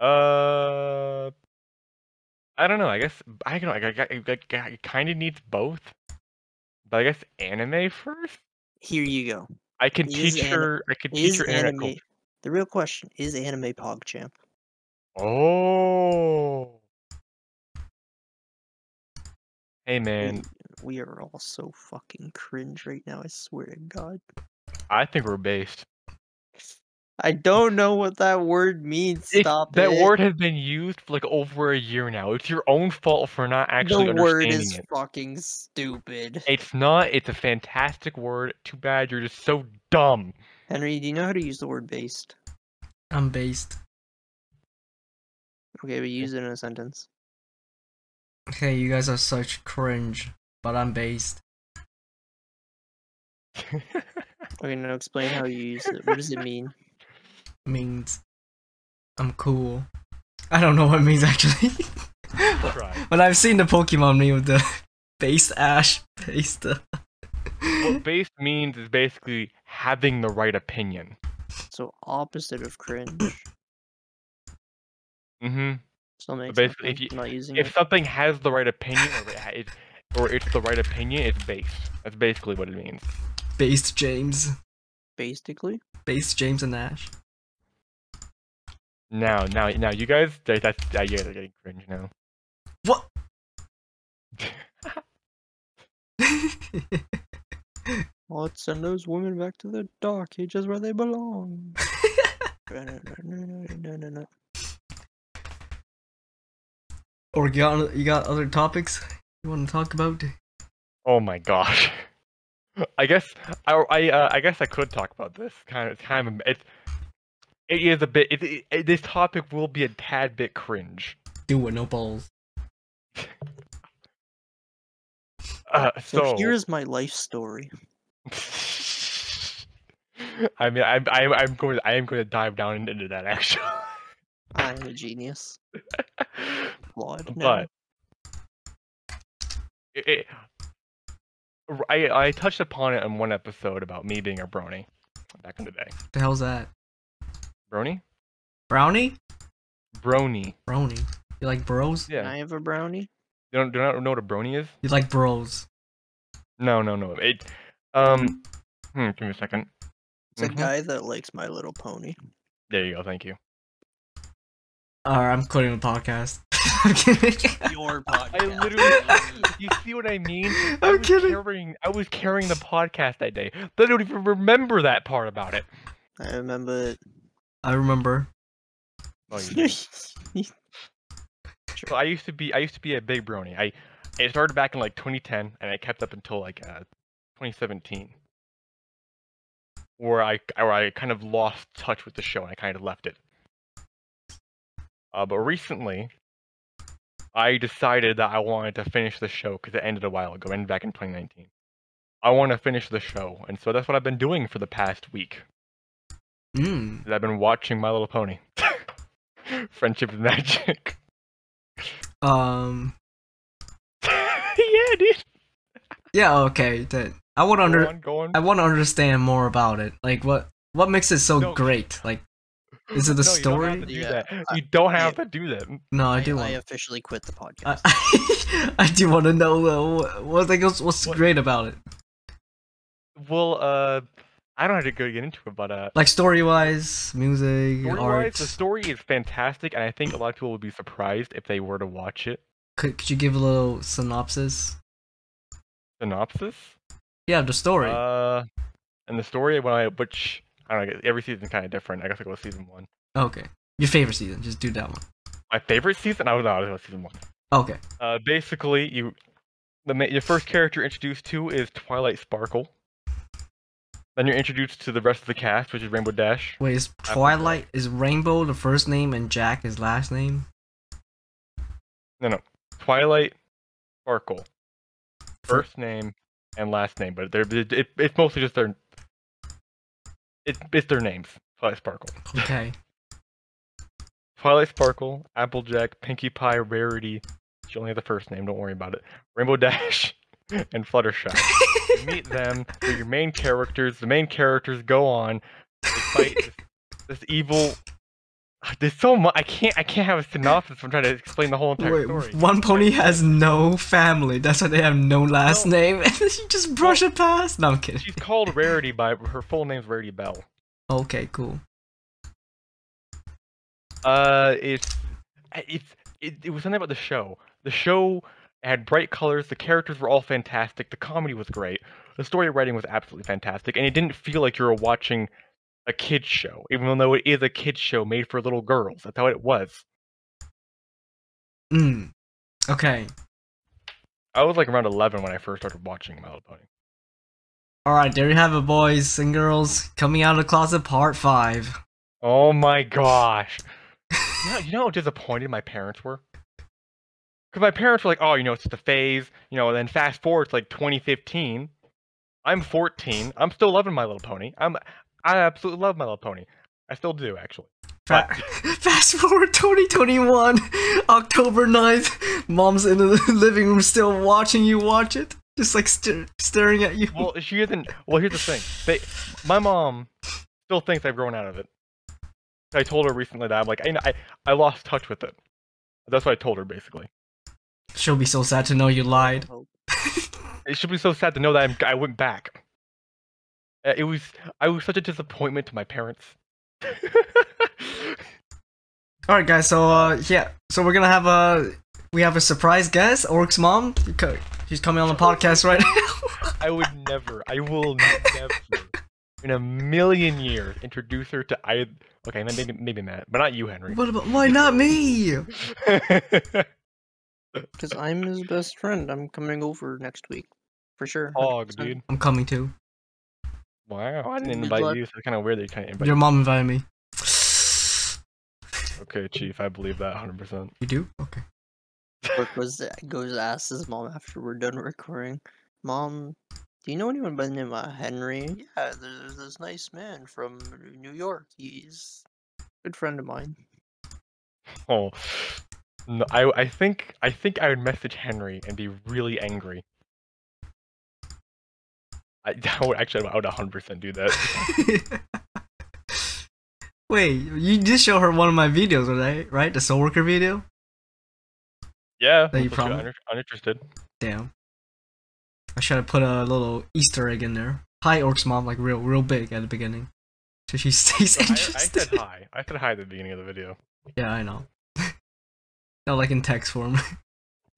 Uh, I don't know. I guess I don't know. I, I, I, I, I kind of needs both, but I guess anime first.
Here you go.
I can
Is
teach
ani-
her. I can teach
Is
her internet
anime
culture.
the real question? Is anime PogChamp?
Oh. Hey man,
We are all so fucking cringe right now. I swear to God.
I think we're based.
I don't know what that word means.
It-
Stop
that
it.
word has been used for like over a year now. It's your own fault for not actually
the word
understanding
is
it.
fucking stupid.
It's not. It's a fantastic word. Too bad you're just so dumb.
Henry, do you know how to use the word based?
I'm based.
Okay, we use it in a sentence.
Hey, you guys are such cringe, but I'm based.
Okay, now explain how you use it. What does it mean?
Means I'm cool. I don't know what it means actually.
Try.
but I've seen the Pokemon meme with the based Ash, based. uh,
what based means is basically having the right opinion.
So opposite of cringe.
hmm
Still makes
basically,
sense.
if you-
I'm not using
If
it.
something has the right opinion, or, it ha- it, or it's the right opinion, it's based. That's basically what it means.
based James,
Basically,
based James and Ash.
Now, now, now, you guys, that, that's that, yeah, they're getting cringe now.
What?
let's send those women back to the dark ages where they belong.
or you got you got other topics you want to talk about?
Oh my gosh. I guess I I, uh, I guess I could talk about this kind of kind of it's it is a bit it, it, it- this topic will be a tad bit cringe.
Do it, no balls.
Uh,
So,
so
here's my life story.
I mean I'm I'm I'm going I am going to dive down into that actually.
I am a genius. Applaud. now.
but it, it, r- I I touched upon it in one episode about me being a brony back in the day.
The hell's that?
Brony?
Brownie?
Brony.
Brownie. You like bros?
Can
Yeah.
I have a brownie?
You don't do not know what a brony is?
You like bros?
No, no, no. It. Um. hmm, give me a second.
It's a
Mhm.
guy that likes My Little Pony.
There you go. Thank you.
Alright, I'm quitting the podcast.
Your podcast.
I literally. you see what I mean? I
I'm
was
kidding.
Carrying, I was carrying the podcast that day. I don't even remember that part about it.
I remember
I remember.
Oh, you did.
it.
so I used to be. I used to be a big brony. I. It started back in like 2010, and I kept up until like uh, 2017, where I where I kind of lost touch with the show and I kind of left it. Uh, but recently, I decided that I wanted to finish the show because it ended a while ago, ended back in 2019. I want to finish the show, and so that's what I've been doing for the past week.
Mm.
Is I've been watching My Little Pony, Friendship is Magic.
Um.
yeah, dude.
Yeah. Okay. That I want
Go
to under.
on, go on.
I want to understand more about it. Like, what what makes it so
No.
great? Like, is it the
No, you don't have
story?
to do
Yeah,
that.
I-
You don't have
yeah.
to do that.
no, I
I,
do
I
want.
officially quit the podcast.
I, I do want to know though. What, what like what's, what's
What-
great about it?
Well, uh, I don't have to go get into it, but uh,
Like story wise, music,
story-wise,
art.
the story is fantastic, and I think a lot of people would be surprised if they were to watch it.
could, could you give a little synopsis?
Synopsis.
Yeah, the story.
Uh, and the story when I which I don't know. Every season's kind of different. I guess I go with season one.
okay. Your favorite season? Just do that one.
My favorite season. I was no, I was season one.
Okay.
Uh, basically, you the ma- your first character introduced to is Twilight Sparkle. Then you're introduced to the rest of the cast, which is Rainbow Dash.
Wait, is
forgot.
Twilight is Rainbow the first name and Jack his last name?
Twilight Sparkle.
For-
First name and last name, but they're it, it, it's mostly just their it, it's their names. Twilight Sparkle.
Okay.
Twilight Sparkle, Applejack, Pinkie Pie, Rarity. She only has the first name, don't worry about it. Rainbow Dash and Fluttershy. You meet them, they're your main characters. The main characters go on. They fight this, this evil there's so much I can't I can't have a synopsis I'm trying to explain the whole entire
Wait,
story.
one pony has no family. That's why they have no last
No.
name. And you just brush it past. No, I'm kidding.
She's called Rarity by her full name's Rarity Bell.
Okay, cool.
Uh, it's I- It's it, it was something about the show. The show had bright colors. The characters were all fantastic. The comedy was great. The story writing was absolutely fantastic, and it didn't feel like you were watching a kids show, even though it is a kids show made for little girls. That's how it was.
Mm. Okay.
I was like around 11 when I first started watching My Little Pony.
All right. There you have it, boys and girls. Coming out of the closet, part five.
Oh my gosh. you, know, you know how disappointed my parents were? Because my parents were like, oh, you know, it's just a phase. You know, and then fast forward to like 2015. I'm 14. I'm still loving My Little Pony. I'm, I absolutely love My Little Pony. I still do, actually.
Fa- Fast forward 2021, October 9th. Mom's in the living room still watching you watch it, just like star- staring at you.
Well, she isn't. Well, here's the thing. They, my mom still thinks I've grown out of it. I told her recently that I'm like, I, I, I lost touch with it. That's what I told her, basically.
She'll be so sad to know you lied.
Hope.
It should be so sad to know that I'm, I went back. Uh, It was I was such a disappointment to my parents.
All right, guys. So uh, yeah. So we're gonna have a we have a surprise guest, Orc's mom. because She's coming on the podcast right now.
I would never, I will never, in a million years, introduce her to I. Okay, ma- maybe maybe Matt, but not you, Henry.
what about why not me?
Because I'm his best friend. I'm coming over next week. For sure.
Hog,
100%.
dude.
I'm coming too.
Wow, I
Good
didn't invite
luck.
you. So it's kind of weird that you kind of invite.
Your mom invited me.
Okay, Chief, I believe that 100. percent
You do? Okay.
Or goes uh, goes to ask his mom after we're done recording. Mom, do you know anyone by the name of Henry? Yeah, there's, there's this nice man from New York. He's a good friend of mine.
Oh, no, I I think I think I would message Henry and be really angry. I, I would actually I would 100 percent do that.
Wait, you did show her one of my videos, right? Right, the soul worker video.
Yeah.
That you
unless
promise?
uninter- uninterested.
Damn. I should have put a little Easter egg in there. Hi, Orc's mom, like real, real big at the beginning, so she stays
I, I said
interested.
hi. I said hi at the beginning of the video.
yeah, I know. no, like in text form.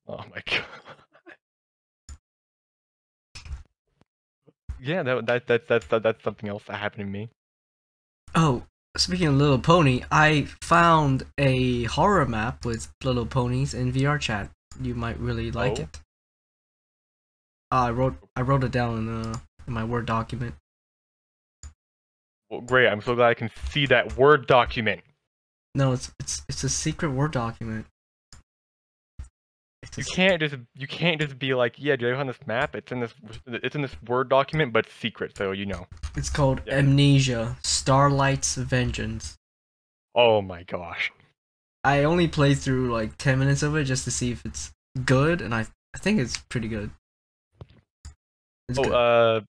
Oh my god. Yeah, that that that that's that, that's something else that happened to me.
Oh, speaking of Little Pony, I found a horror map with Little Ponies in VR chat. You might really like
Oh.
it. Uh, I wrote I wrote it down in, uh, in my Word document.
Well, great. I'm so glad I can see that word document.
No, it's it's it's a secret Word document. It's a
You
s-
can't just you can't just be like, yeah, do I on this map? It's in this it's in this word document, but it's secret, so you know.
It's called
Yeah.
Amnesia: Starlight's Vengeance.
Oh my gosh.
I only played through like ten minutes of it just to see if it's good, and I I think it's pretty good. It's
oh,
good.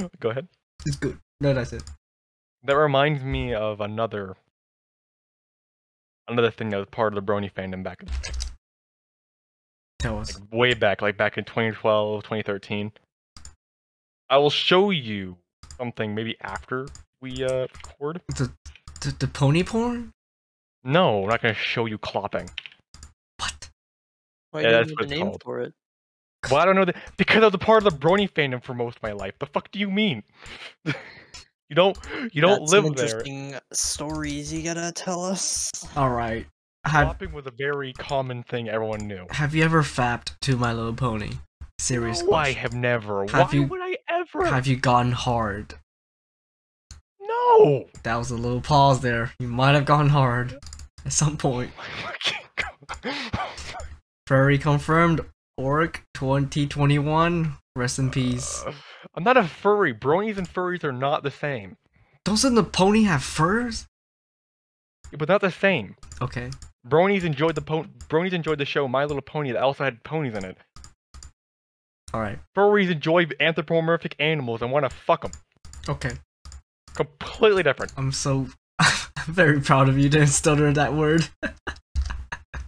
uh, go ahead.
it's good. No, that's it.
That reminds me of another another thing that was part of the Brony fandom back in
Tell us.
like, way back, like back in 2012, 2013. I will show you something maybe after we uh, record.
The, the pony porn?
No, I'm not gonna show you clopping.
What?
Why
Yeah,
do
that's
you
what
have a
it's
name
called.
for it?
Well, I don't know that because I was a part of the Brony fandom for most of my life. The fuck do you mean? you don't, you don't
Got some
live there.
interesting stories you gotta tell us.
All right. Have
Clopping was a very common thing everyone knew.
Have you ever fapped to My Little Pony? Serious
No, I
question.
have never.
Have
Why
you-
would I ever?
Have you gone hard?
No.
That was a little pause there. You might have gone hard at some point. Prairie confirmed. Orc 2021. Rest in peace.
I'm not a furry. Bronies and furries are not the same.
Doesn't the pony have furs?
But not the same.
Okay.
Bronies enjoyed the po- Bronies enjoyed the show My Little Pony that also had ponies in it.
All right.
Furries enjoy anthropomorphic animals and want to fuck them.
Okay.
Completely different.
I'm so. I'm very proud of you. Didn't stutter that word.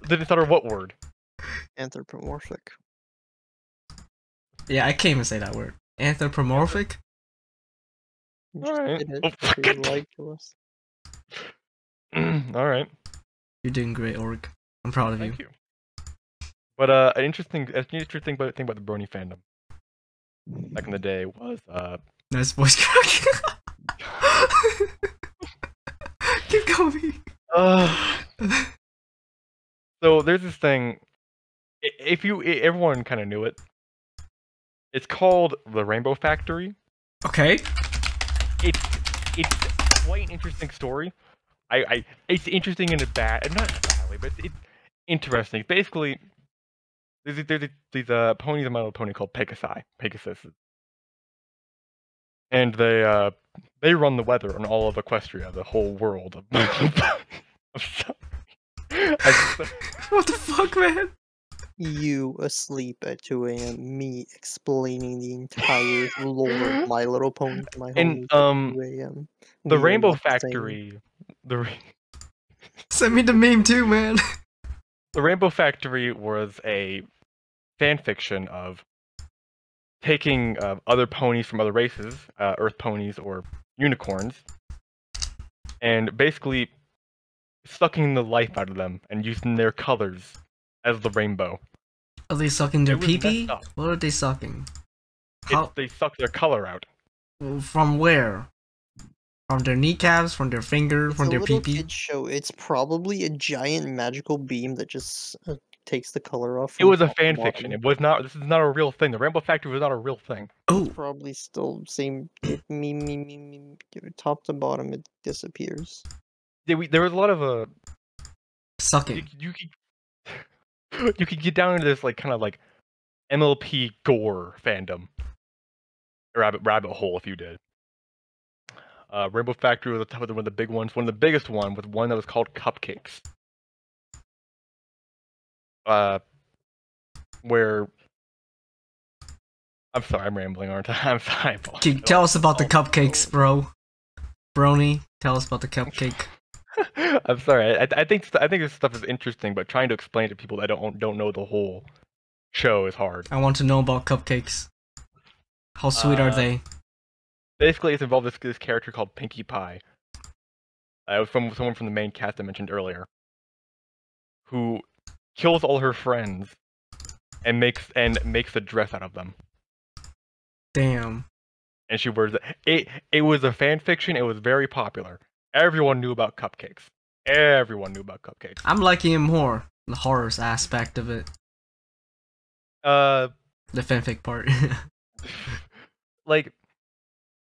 Didn't utter what word?
Anthropomorphic.
Yeah, I can't even say that word. Anthropomorphic.
You
All
just
right.
did it.
Oh, fuck
You
it.
lied to us.
Mm, All right.
You're doing great, Orc. I'm proud of you.
Thank you. But uh, an interesting, an interesting thing about, thing about the Brony fandom back in the day was uh,
Nice voice crack. Keep going.
so there's this thing. i- If you, i everyone kind of knew it. It's called the Rainbow Factory.
Okay.
It's it's quite an interesting story. I, I it's interesting in a bad, not in a bad way, but it's, it's interesting. Basically, there's a- there's a- these uh ponies in My Little Pony called Pegasi, Pegasus, and they uh they run the weather on all of Equestria, the whole world of. I'm sorry. I'm so-
What the fuck, man?
You asleep at 2 a.m. Me explaining the entire lore of My Little Pony to my
and
homies at
um
2 a.m.
the
We are
Rainbow
not the same.
Factory, the ra-
Send me the meme too, man.
The Rainbow Factory was a fan fiction of taking uh, other ponies from other races, uh, Earth ponies or unicorns, and basically sucking the life out of them and using their colors as the rainbow.
Are they sucking their
It was messed
pee-pee?
up.
What are they sucking?
It's,
How?
they suck their color out.
From where? From their kneecaps? From their finger?
It's
from
a
their
little
pee-pee?
kid show. It's probably a giant magical beam that just uh, takes the color off.
It
from
was a
top to
fan fiction.
bottom.
It was not. This is not a real thing. The Rainbow Factory was not a real thing.
Oh,
Probably still same it- me me me me give it top to bottom. It disappears.
There, we, there was a lot of uh, you,
sucking.
you could you could get down into this like kind of like MLP gore fandom rabbit rabbit hole if you did. Uh, Rainbow Factory was the top of the, one of the big ones. One of the biggest one was one that was called Cupcakes, uh, where I'm sorry, I'm rambling, aren't I? I'm sorry. I
Keep-
apologize.
tell us about the
Oh,
cupcakes, bro. Brony, tell us about the cupcake.
I'm sorry. I, I think st- I think this stuff is interesting, but trying to explain to people that don't don't know the whole show is hard.
I want to know about cupcakes. How sweet are
Uh,
they?
basically it's involved this this character called Pinkie Pie. Uh, it was from someone from the main cast I mentioned earlier, who kills all her friends and makes and makes a dress out of them.
Damn.
And she wears it. It, it was a fan fiction. It was very popular. Everyone knew about cupcakes. Everyone knew about cupcakes.
I'm liking it more. The horrors aspect of it.
Uh,
The fanfic part.
like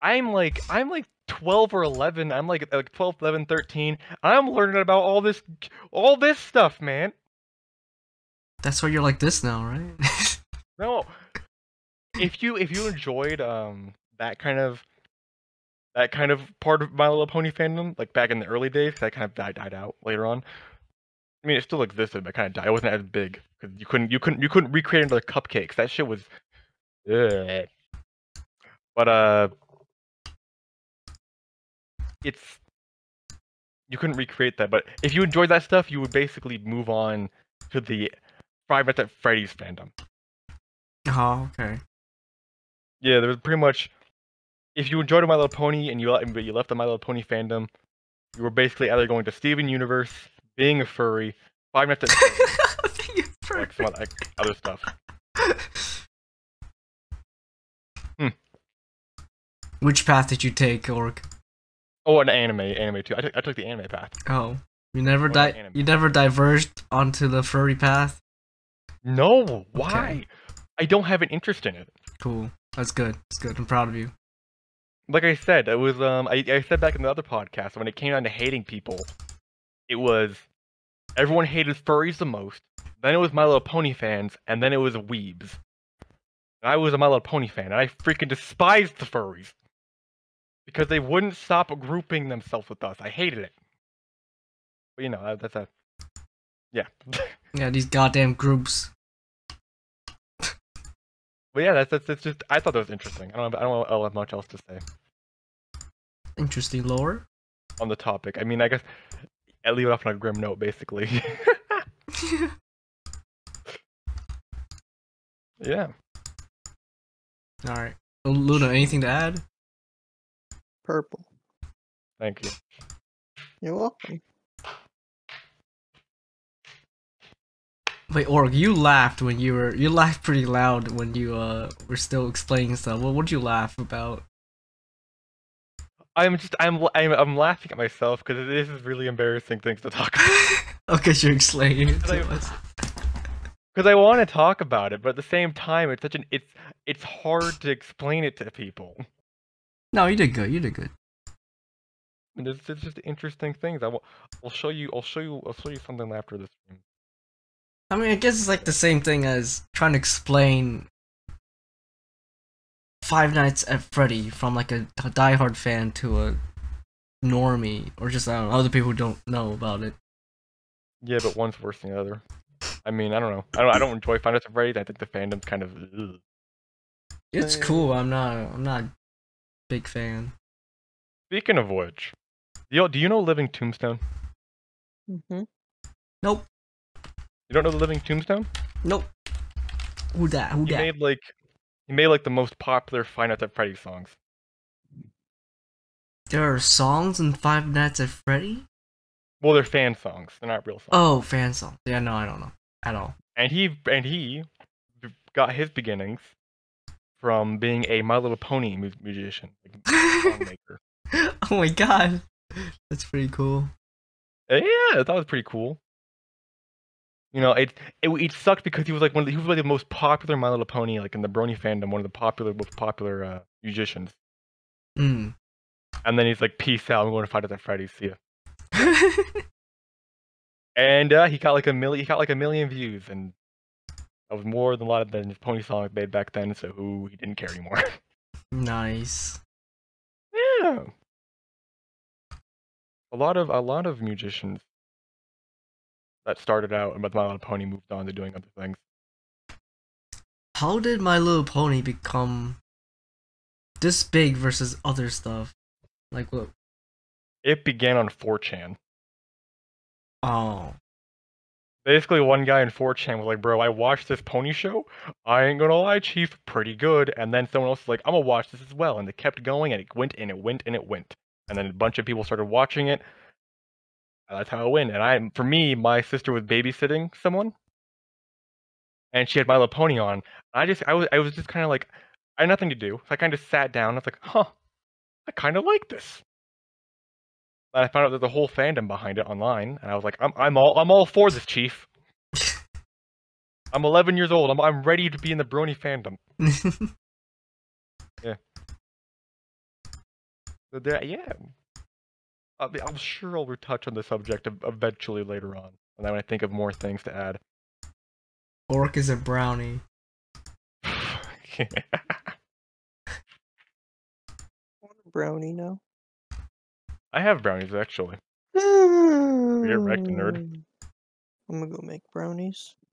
I'm like I'm like 12 or 11. I'm like like 12, 11, 13. I'm learning about all this all this stuff, man.
That's why you're like this now, right?
No. If you if you enjoyed um that kind of that kind of part of My Little Pony fandom, like back in the early days, that kind of died, died out later on. I mean, it still existed, but kind of died. It wasn't as big because you couldn't you couldn't you couldn't recreate another cupcakes. That shit was. Ugh. But uh, it's you couldn't recreate that. But if you enjoyed that stuff, you would basically move on to the Five Nights at Freddy's fandom.
oh, okay.
Yeah, there was pretty much. If you enjoyed My Little Pony and you le- but you left the My Little Pony fandom, you were basically either going to Steven Universe, being a furry, Five Nights at Freddy's, or, like some other, like, other stuff.
Which path did you take, Orc?
Oh, and anime, anime too. I took I took the anime path.
Oh, you never
Or like
di-
anime.
you never diverged onto the furry path.
No, why? I don't have an interest in it.
Cool. That's good. That's good. I'm proud of you.
Like I said, it was um I, I said back in the other podcast when it came down to hating people, it was everyone hated furries the most. Then it was My Little Pony fans, and then it was weebs. And I was a My Little Pony fan, and I freaking despised the furries because they wouldn't stop grouping themselves with us. I hated it. But you know that- that's a yeah.
Yeah, these goddamn groups.
but yeah, that's, that's that's just I thought that was interesting. I don't have, I don't have much else to say.
Interesting lore.
on the topic. I mean, I guess I leave it off on a grim note, basically. yeah.
All right, Oh, Luna. Anything to add?
Purple.
Thank you.
You're welcome.
Wait, Org, you laughed when you were you laughed pretty loud when you uh were still explaining stuff. What would you laugh about?
I'm just I'm la- I'm, I'm laughing at myself because this is really embarrassing things to talk about.
okay, you're explaining it to
Like-
us.
Because I want to talk about it, but at the same time, it's such an it's it's hard to explain it to people.
No, you did good. You did good.
And there's, there's just interesting things. I will I'll show you I'll show you I'll show you something after this. stream.
I mean, I guess it's like the same thing as trying to explain Five Nights at Freddy from like a, a diehard fan to a normie or just I don't know, other people who don't know about it.
Yeah, but one's worse than the other. I mean, I don't know. I don't I don't enjoy Final Fantasy Freddy's. I think the fandom's kind of ugh.
It's
Uh,
cool. I'm not. I'm not a big fan.
Speaking of which, yo, do you know Living Tombstone?
Mm-hmm.
Nope.
You don't know the Living Tombstone?
Nope. Who that? Who
He
that?
made like he made like the most popular Five Nights at Freddy's songs.
There are songs in Five Nights at Freddy.
Well, they're fan songs. They're not real songs.
Oh, fan song. Yeah, no, I don't know at all.
and he and he b- got his beginnings from being a My Little Pony mu- musician, like songmaker.
oh my god, that's pretty cool.
And Eh, yeah, that was pretty cool. You know, it, it it sucked because he was like one of the, he was like the most popular My Little Pony, like in the Brony fandom, one of the popular most popular uh, musicians.
Mm.
And then he's like, "Peace out, I'm going to fight at the Freddy's." See ya. And uh, he got like a million, he got like a million views, and that was more than a lot of the Pony song made back then. So who he didn't care anymore.
nice.
Yeah. A lot of a lot of musicians that started out and with My Little Pony moved on to doing other things.
How did My Little Pony become this big versus other stuff? Like what?
It began on 4chan.
Oh,
Basically, one guy in 4chan was like, "Bro, I watched this pony show. I ain't gonna lie, Chief, pretty good." And then someone else was like, "I'm gonna watch this as well," and they kept going, and it went, and it went, and it went. And then a bunch of people started watching it. And that's how it went. And I, for me, my sister was babysitting someone, and she had My Little Pony on. I just, I was, I was just kind of like, I had nothing to do, so I kind of sat down. I was like, "Huh, I kind of like this." And I found out that the whole fandom behind it online, and I was like, "I'm, I'm all, I'm all for this, Chief. I'm 11 years old. I'm, I'm ready to be in the Brony fandom." So there, yeah. I mean, I'm sure I'll touch on the subject ev- eventually later on, and then when I think of more things to add.
Orc is a brownie.
Brownie now.
I have brownies actually.
You're
wrecked, nerd.
I'm gonna Mm. go make brownies.
Uh,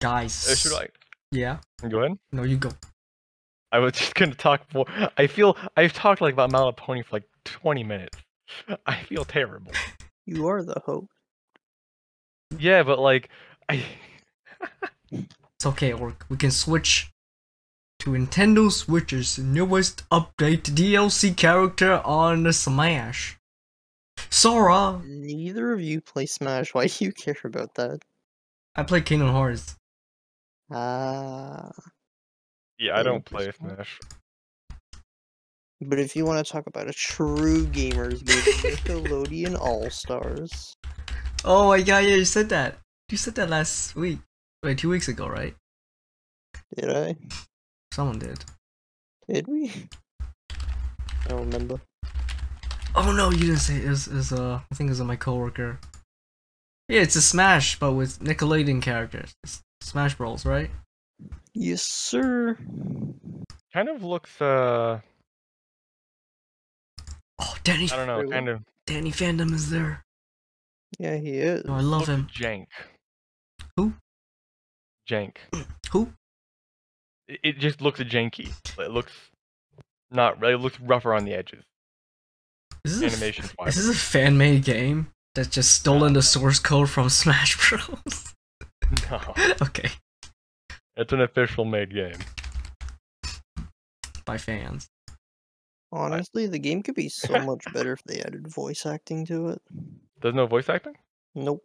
Guys.
Should I?
Yeah.
Go ahead.
No, you go.
I was just gonna talk more. I feel I've talked like about Malapony for like 20 minutes. I feel terrible.
You are the host.
Yeah, but like, I
It's okay, Orc. We can switch to Nintendo Switch's newest update DLC character on the Smash. Sora.
Neither of you play Smash. Why do you care about that?
I play Kingdom Hearts.
Ah.
yeah, I
Yeah,
don't play
that's fine.
Smash.
But if you want to talk about a true gamer's game, Nickelodeon All Stars.
Oh my god, yeah, you said that. You said that last week. Wait, two weeks ago, right?
Did I?
Someone did.
Did we? I don't remember.
Oh no, you didn't say it. It was, it was uh, I think it was my coworker. Yeah, it's a Smash, but with Nickelodeon characters. It's Smash Bros, right?
Yes, sir.
Kind of looks uh,
Oh, Danny,
I don't know,
Really?
kind of
Danny Fandom is there.
Yeah, he is.
Oh, I love him.
jank.
Who?
Jank.
Who?
It, it just looks janky. It looks not. It looks rougher on the edges,
Is this, a,
animations
is
wise.
this a fan-made game that's just stolen the source code from Smash Bros?
No,
okay,
it's an official made game.
by fans.
Honestly, the game could be so much better if they added voice acting to it.
There's no voice acting.
Nope.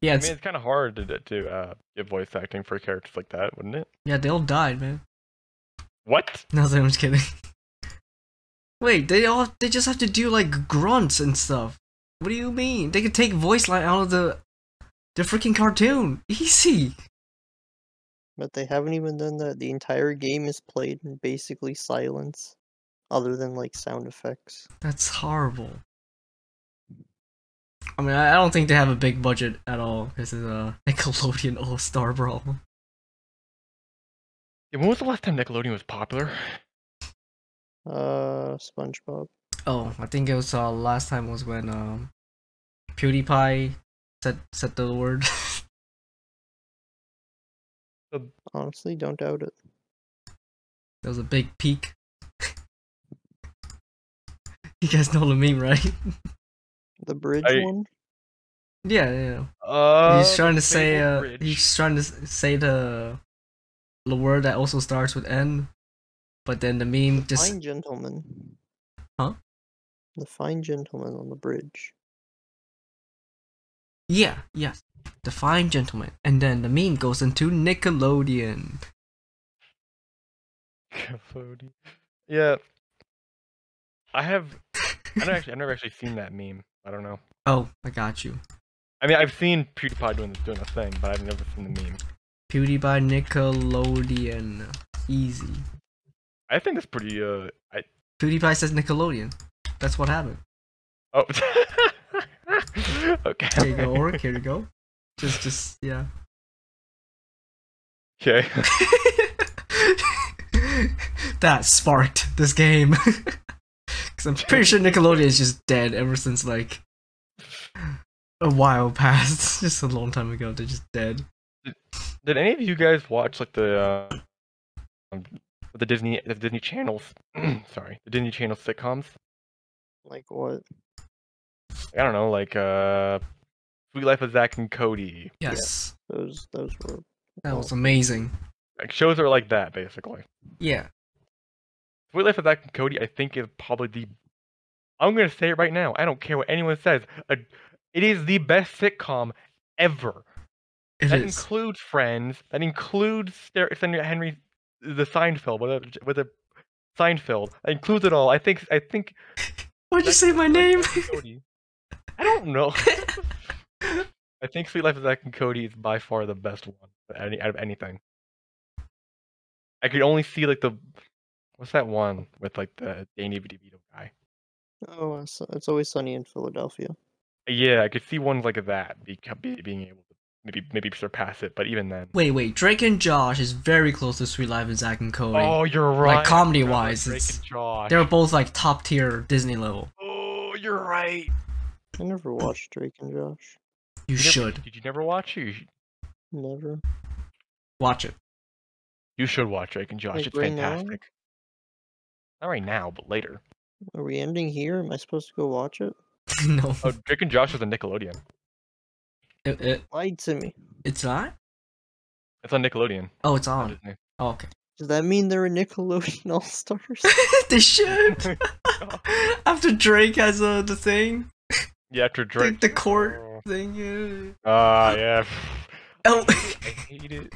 Yeah,
I
it's,
mean, it's kind of hard to to uh, give voice acting for characters like that, wouldn't it?
yeah, they all died, man.
What?
No, I'm just kidding. Wait, they all they just have to do like grunts and stuff. What do you mean? They could take voice line out of the the freaking cartoon. Easy.
But they haven't even done that. The entire game is played in basically silence, other than like sound effects.
That's horrible. I mean, I I don't think they have a big budget at all because it's a Nickelodeon All Star Brawl.
Yeah, When was the last time Nickelodeon was popular?
Uh, SpongeBob.
Oh, I think it was uh, last time was when um, PewDiePie said said the word.
Honestly, don't doubt it.
That was a big peak. you guys know what I mean, right?
The bridge
I-
one.
Yeah, yeah.
Uh,
he's trying
the
to say
Fabled
uh,
Bridge.
he's trying to s- say the the word that also starts with N, but then the meme just
Fine gentleman.
Huh?
The fine gentleman on the bridge.
yeah, yes, the fine gentleman, and then the meme goes into Nickelodeon.
Nickelodeon. Yeah. I have. I don't actually. I've never actually seen that meme. I don't know.
Oh, I got you.
I mean, I've seen PewDiePie doing doing a thing, but I've never seen the meme.
PewDiePie Nickelodeon, easy.
I think that's pretty. Uh, I
PewDiePie says Nickelodeon. That's what happened.
oh. okay.
Here you go, Oric. Here you go. Just, just yeah.
Okay.
that sparked this game. Because I'm pretty sure Nickelodeon is just dead ever since, like, a while past. just a long time ago, they're just dead.
Did any of you guys watch like the uh, um, the Disney the Disney channels? sorry, the Disney Channel sitcoms.
Like what?
I don't know, like uh, Sweet Life of Zach and Cody.
Yes.
Those those were.
That was amazing.
Like shows that are like that basically.
Yeah.
Sweet Life of Zach and Cody, I think is probably the. I'm gonna say it right now. I don't care what anyone says. A, it is the best sitcom ever.
it is.
that includes Friends. That includes Star- Henry, Henry the Seinfeld. With a, with a Seinfeld. That includes it all. I think. I think.
Why'd you
Zach
say
and
my
Cody-
name?
Zach and Cody- I don't know. I think Sweet Life of Zach and Cody is by far the best one of any, out of anything. I could only see like the what's that one with like the Danny DeVito guy.
Oh, it's, it's always sunny in Philadelphia.
Yeah, I could see ones like that be, be, being able to maybe maybe surpass it, but even then.
wait, wait. Drake and Josh is very close to Sweet Life and Zack and Cody.
Oh, you're right. I forgot about
comedy-wise,
Drake
it's-
and Josh.
They're both, like, top tier Disney level.
Oh, you're right.
I never watched Drake and Josh.
You
never-
should
Did you never watch it? You sh-
Never.
watch it.
You should watch Drake and Josh.
Like,
it's
right now?
fantastic. Not right now, but later.
Are we ending here? Am I supposed to go watch it?
no.
Oh, Drake and Josh is a Nickelodeon.
It, it,
Lied to me.
it's not?
It's on Nickelodeon.
Oh, it's
not
on.
Disney.
Oh, okay.
Does that mean they're a Nickelodeon All Stars?
they should. After Drake has uh, the thing,
Yeah, after
the,
Drake. Oh,
the court thing. Yeah.
Ah, yeah.
Oh,
I hate it.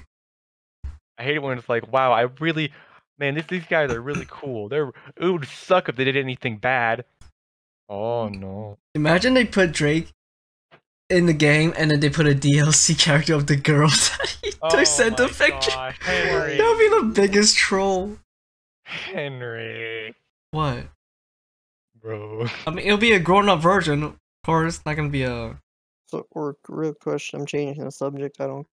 I hate it when it's like, wow, I really, man, this, these guys are really cool. They're it would suck if they did anything bad. Oh no.
imagine they put Drake in the game and then they put a DLC character of the girl that he
Oh
sent the
my
picture.
gosh,
That
Henry.
would be the biggest troll.
Henry,
What?
bro.
I mean, it'll be a grown up version, of course. Not gonna be a.
So, or real question. I'm changing the subject. I don't.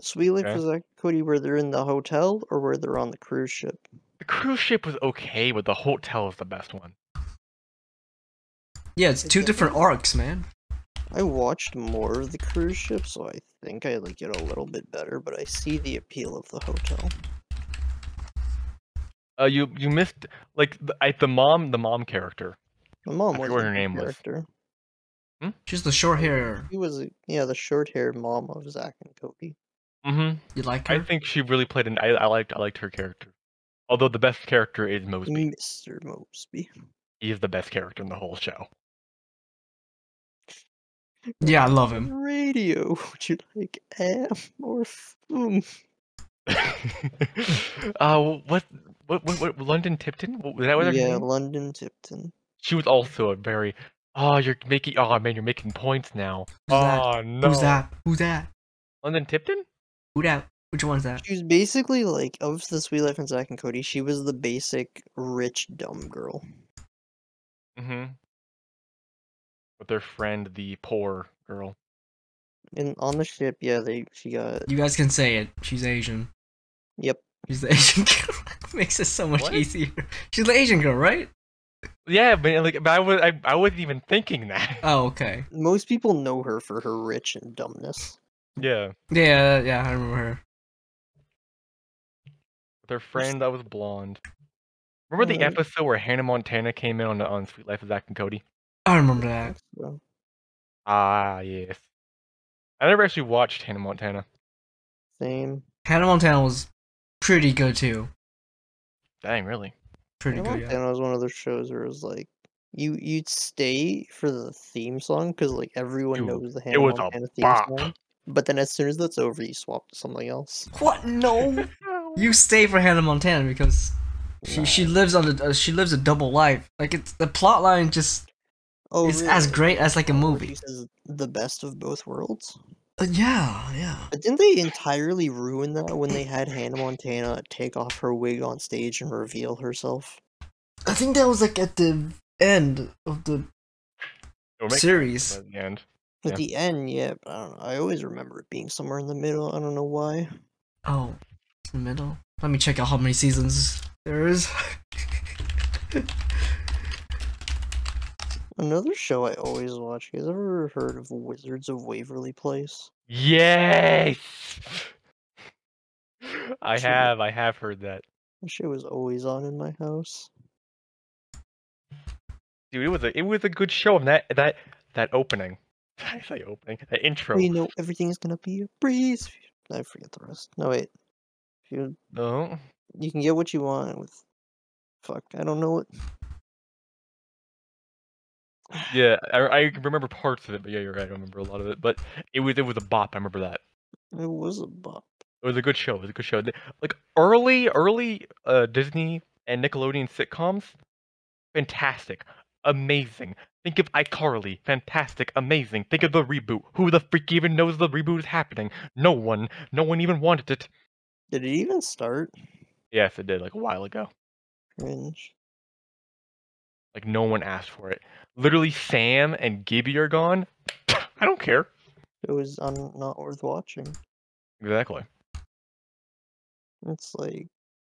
Sweet Life
Okay.
was like Cody, where they're in the hotel or where they're on the cruise ship.
The cruise ship was okay, but the hotel is the best one.
Yeah, it's two different arcs, man.
I watched more of the cruise ship, so I think I like it a little bit better. But I see the appeal of the hotel.
Uh, you you missed like the, I, the mom the mom character.
My mom
forget
was
what her name was.
character.
She's the short hair.
He was a- yeah the short haired mom of Zach and Cody.
Mm-hmm.
You like
I
her?
think she really played an. I, I liked I liked her character. Although the best character is Mosby.
Mr. Mosby.
He is the best character in the whole show.
Yeah, I love him.
Radio. Would you like M or Foom?
uh, what, what, what, what, London Tipton? What, was that what her
Yeah,
name?
London Tipton.
She was also a very. Oh, you're making. Oh man, you're making points now.
Who's that?
oh no.
Who's that? Who's that?
London Tipton?
Who that? Which one's that?
She was basically like of the Sweet Life and Zack and Cody. She was the basic rich dumb girl.
Mm-hmm. With their friend, the poor girl.
And on the ship, yeah, they she got
You guys can say it. She's Asian.
yep.
She's the Asian girl. Makes it so much
What?
easier. She's the Asian girl, right?
Yeah, but like, but I was, I, I wasn't even thinking that.
Oh, okay.
Most people know her for her rich and dumbness.
yeah,
Yeah, yeah, I remember her.
their friend that was blonde. Remember the
Alright.
episode where Hannah Montana came in on on Sweet Life of Zack and Cody?
I remember that.
So,
Ah, yes. I never actually watched Hannah Montana.
same.
Hannah Montana was pretty good too.
Dang, really?
Pretty good.
And it was one of those shows where it was like you you'd stay for the theme song because like everyone
Dude,
knows the
it
Hannah
was a
Montana theme
bop.
song. But then as soon as that's over, you swap to something else.
Yeah. What? No. you stay for Hannah Montana because she she lives on the uh, she lives a double life. Like it's the plot line just
Oh,
is as
really?
great as like a
Where
movie.
She says the best of both worlds.
Uh, yeah, yeah.
But didn't they entirely ruin that when they had Hannah Montana take off her wig on stage and reveal herself?
I think that was like at the end of the
It would make sense
Series.
by the end.
At
Yeah.
the end, yeah, but I don't know. I always remember it being somewhere in the middle. I don't know why.
oh it's the middle. Let me check out how many seasons there is.
Another show I always watch. You guys ever heard of Wizards of Waverly Place?
Yes. I
True.
have, I have heard that.
That shit was always on in my house.
Dude, it was a, it was a good show. And that, that, that opening. I say opening. That intro.
We know everything's gonna be a breeze. I forget the rest. No wait. If you
No.
you can get what you want with. Fuck, I don't know what.
Yeah, I, I remember parts of it, but yeah, you're right. I don't remember a lot of it, but it was it was a bop. I remember that.
It was a bop.
It was a good show. It was a good show. Th- Like early, early uh, Disney and Nickelodeon sitcoms, fantastic, amazing. Think of iCarly, fantastic, amazing. Think of the reboot. Who the freak even knows the reboot is happening? No one. No one even wanted it.
Did it even start?
Yes, it did like a while ago.
Cringe.
Like no one asked for it. Literally, Sam and Gibby are gone. I don't care.
It was un- not worth watching.
Exactly.
It's like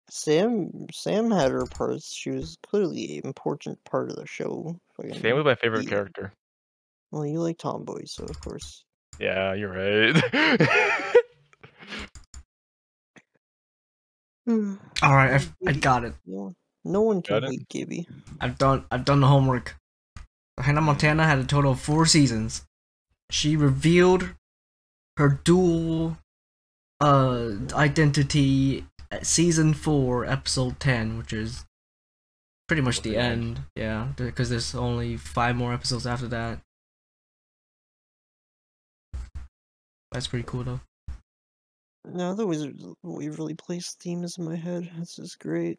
Sam. Sam had her parts. She was clearly an important part of the show. Fucking-
Sam was my favorite
Yeah.
character.
Well, you like tomboys, so of course.
Yeah, you're right. Mm.
no
All right, I've, I got it.
one no one can
Got it.
hate Gibby.
I've done I've done the homework. Hannah Montana had a total of four seasons. She revealed her dual uh identity at season four, episode ten, which is pretty much the
Okay.
end. Yeah, because there's only five more episodes after that. That's pretty cool though.
Now the Wizards of Waverly Place theme is in my head. This is great.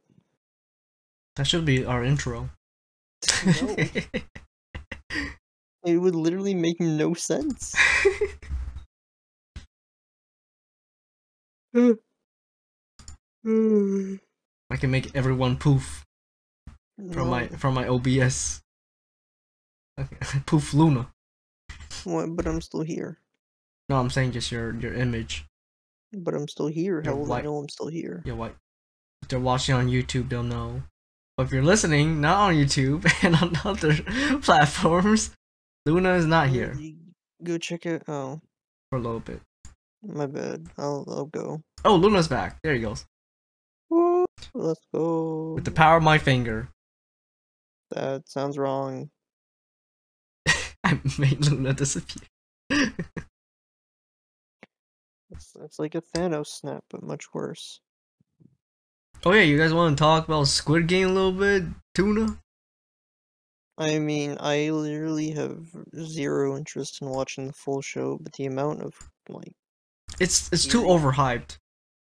That should be our intro.
No, it would literally make no sense. From
I can make everyone poof. from my from my OBS. Okay. Poof Luna.
but I'm still here.
No, I'm saying just your your image.
But I'm still here. How
Your
will
white-
I know I'm still here?
Your white. If they're watching on YouTube, they'll know. But if you're listening, not on YouTube and on other platforms, Luna is not here
You- Go check it. Oh,
for a little bit.
my bad. I'll I'll go.
Oh, Luna's back. There he goes.
Woo, Let's go.
With the power of my finger,
That sounds wrong.
I made Luna disappear. Oh,
It's, it's like a Thanos snap, but much worse.
Oh yeah, you guys want to talk about Squid Game a little bit? Tuna?
I mean, I literally have zero interest in watching the full show, but the amount of like
It's it's too
Yeah.
overhyped,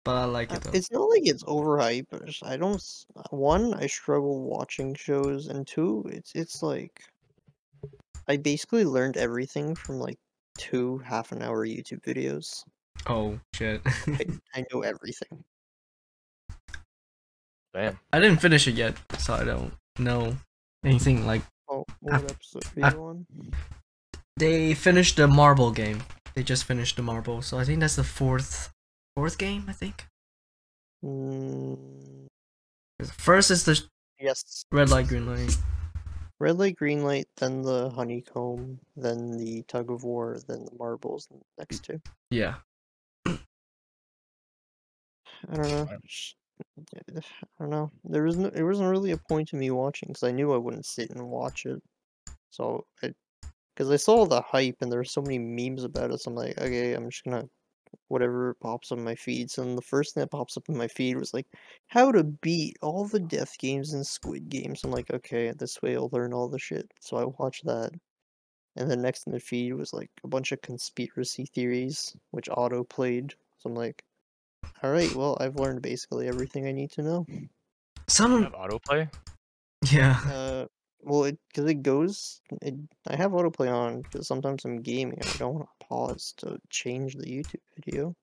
but I like
I-
it though.
Um, it's not like it's overhyped. But it's- I don't. s- uh, One, I struggle watching shows, and two, it's it's like I basically learned everything from like two half an hour YouTube videos.
oh shit!
I know everything.
Damn.
I didn't finish it yet, so I don't know anything. Like
Oh, what episode are
I've-
you on?
they finished the marble game. They just finished the marble, so I think that's the fourth fourth game. I think.
Mm,
'Cause First is the
yes.
red light, green light.
Red light, green light, then the honeycomb, then the tug of war, then the marbles. and the Next two.
Yeah.
I don't know.
Right.
sh- uh, I don't know. There was no, it wasn't really a point in me watching because I knew I wouldn't sit and watch it. So it, because I saw the hype and there were so many memes about it. So I'm like, okay, I'm just gonna whatever pops up in my feed. So then the first thing that pops up in my feed was like, how to beat all the death games and Squid Games. I'm like, okay, this way I'll learn all the shit. So I watched that. And then next in the feed was like a bunch of conspiracy theories, which auto played. So I'm like, all right, well, I've learned basically everything I need to know.
You
Some
have autoplay?
yeah.
Uh, well, it because it goes, it, I have autoplay on because sometimes I'm gaming and I don't want to pause to change the YouTube video.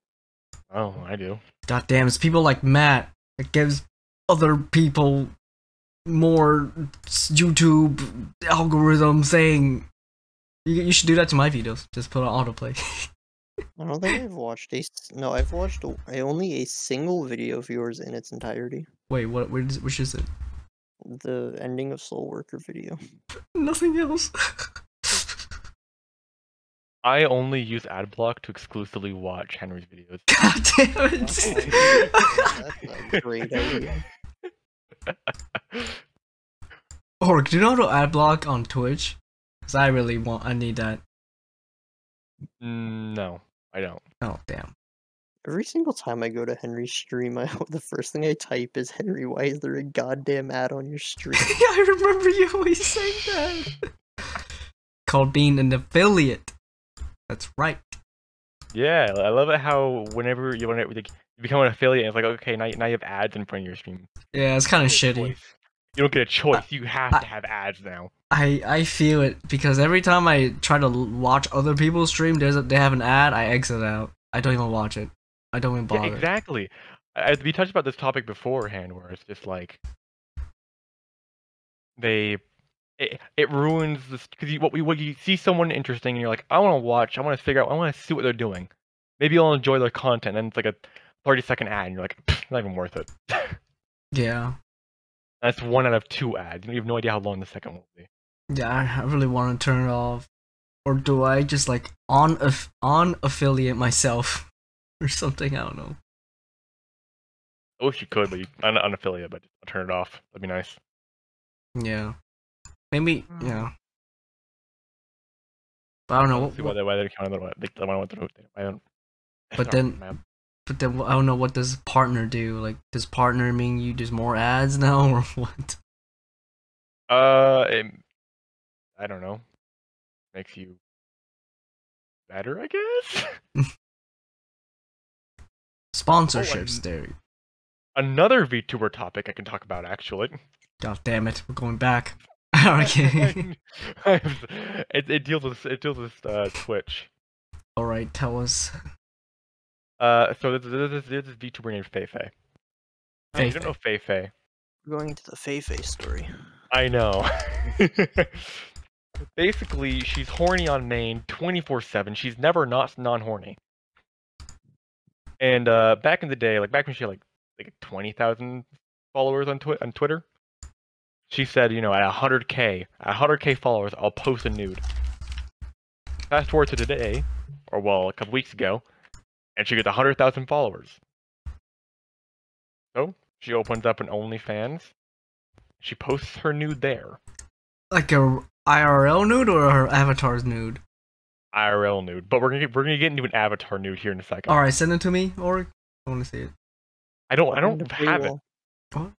Oh, I do.
God damn, it's people like Matt that gives other people more s- YouTube algorithm saying you, you should do that to my videos. Just put on autoplay.
I don't think I've watched a s- no. I've watched a, a- only a single video of yours in its entirety.
Wait, what? Which is, which is it?
The ending of Soul Worker video.
Nothing else.
I only use AdBlock to exclusively watch Henry's videos.
God damn it!
That's a great idea.
Orc, do you know how to ad block on Twitch? Cause I really want, I need that.
Mm, no, I don't.
Oh damn.
Every single time I go to Henry's stream, I the first thing I type is Henry. Why is there a goddamn ad on your stream?
I remember you always saying that. Called being an affiliate. That's right.
Yeah, I love it how whenever you want to like, you become an affiliate, it's like okay, now, you- now you have ads in front of your stream.
Yeah, it's kind of
You don't get a
shitty.
choice. You don't get a choice. You have
I-
to have ads now.
I I feel it because every time I try to l- watch other people's stream, there's a, they have an ad. I exit out. I don't even watch it. I don't even
Yeah,
bother.
exactly. I, I- we touched about this topic beforehand, where it's just like they it, it ruins this because you, what we what you see someone interesting and you're like, I want to watch, I want to figure out, I want to see what they're doing. Maybe I'll enjoy their content, and it's like a 30 second ad, and you're like, "Pfft, not even worth it.
Yeah,
That's one out of two ads. You have no idea how long the second will be.
yeah. I, I really want to turn it off, or do I just like on aff- on affiliate myself or something? I don't know.
I wish you could, but you un- unaffiliate, but just turn it off. That'd be nice.
Yeah, maybe.
Hmm.
Yeah, but I don't know.
Let's
What,
see why
what-
they why they kind of they, they want to do it. I don't.
But then- but then I don't know what does partner do. Like, does partner mean you just more ads now or what?
Uh, it, I don't know. Makes you better, I guess. Oh,
Sponsorships. there.
Another VTuber topic I can talk about actually.
God damn it, we're going back. okay.
it, it deals with it deals with uh, Twitch.
Alright, tell us.
Uh, so this this this, this is VTuber named Feifei. Oh, You
Feifei.
don't know Feifei.
Going to the Feifei story.
I know. Basically, she's horny on main 24/7. She's never not non-horny. And uh, back in the day, like back when she had like like 20,000 followers on twi- on Twitter, she said, you know, at 100k, at 100k followers, I'll post a nude. Fast forward to today, or well, a couple weeks ago, and she gets 100,000 followers. So she opens up an OnlyFans. She posts her nude there.
Like a IRL nude or her avatar's nude?
IRL nude, but we're gonna get, we're gonna get into an avatar nude here in a second.
Alright, send it to me, or I wanna see it.
I don't I
And
don't
the
have it.
paywall.
Come-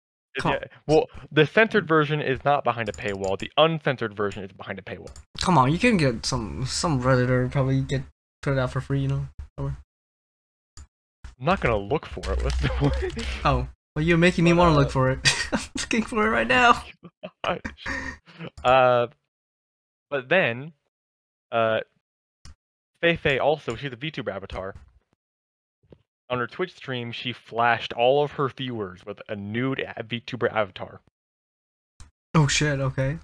Yeah, well, the censored version is not behind a paywall. The uncensored version is behind a paywall.
Come on, you can get some some redditor probably get put it out for free, you know.
I'm not gonna look for it. What's the point?
Oh, well, you're making me
But,
want to
uh,
look for it. I'm looking for it right now.
uh, but then, uh, Fei Fei also she's a VTuber avatar. On her Twitch stream, she flashed all of her viewers with a nude a- VTuber avatar.
Oh shit. Okay.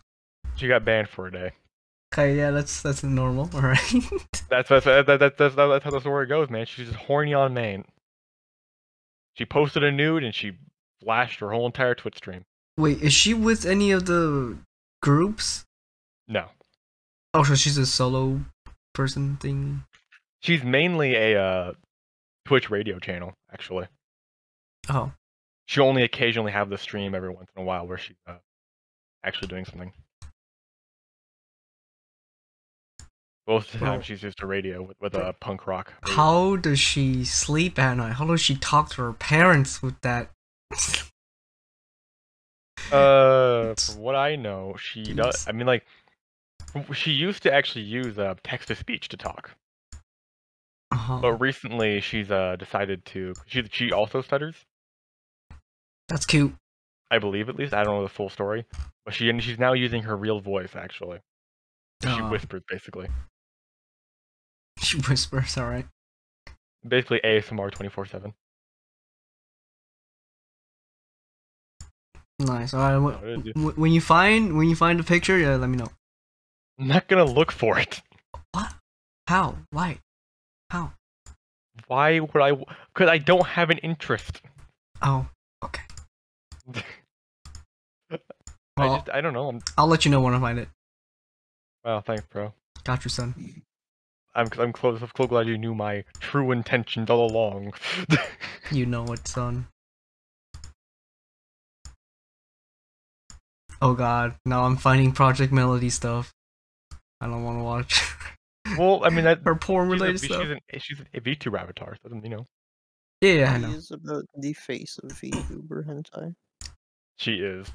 She got banned for a day.
Okay. Yeah, that's that's normal. All right.
That's that's that's that's, that's, that's how the story goes, man. She's just horny on main. She posted a nude and she flashed her whole entire Twitch stream.
Wait, is she with any of the groups?
No,
Oh, so she's a solo person thing.
she's mainly a uh, Twitch radio channel actually.
Oh,
she'll only occasionally have the stream every once in a while where she's uh, actually doing something. Most of the time,
Well-
she's just a radio with, with a punk rock. radio.
how does she sleep at night? How does she talk to her parents with that?
Uh,
It's-
from what I know, she does.
it's-
I mean, like, w- she used to actually use uh, text to speech to talk,
Oh,
but recently she's uh decided to. She she also stutters,
that's cute.
I believe at least. I don't know the full story, but she and she's now using her real voice actually. She
Aw.
whispers basically,
She whispers. All right.
basically ASMR twenty four seven.
Nice. All right. wh-
How did you-
wh- when you find when you find a picture, yeah, let me know.
I'm not gonna look for it.
What? How? Why? How?
Why would I? Because I don't have an interest.
Oh, okay.
I
Well,
just, I don't know. I'm,
I'll let you know when I find it.
wow, thanks, bro.
Got you, son.
I'm, I'm close. I'm clo- glad you knew my true intentions all along.
You know what, son. Oh god, now I'm finding Project Melody stuff. I don't want to watch
well, I mean, that,
her porn
she's, a,
related
she's,
stuff.
an, she's an VTuber avatar. So, you know,
Yeah, yeah, I know.
He is about the face of VTuber hentai.
she is,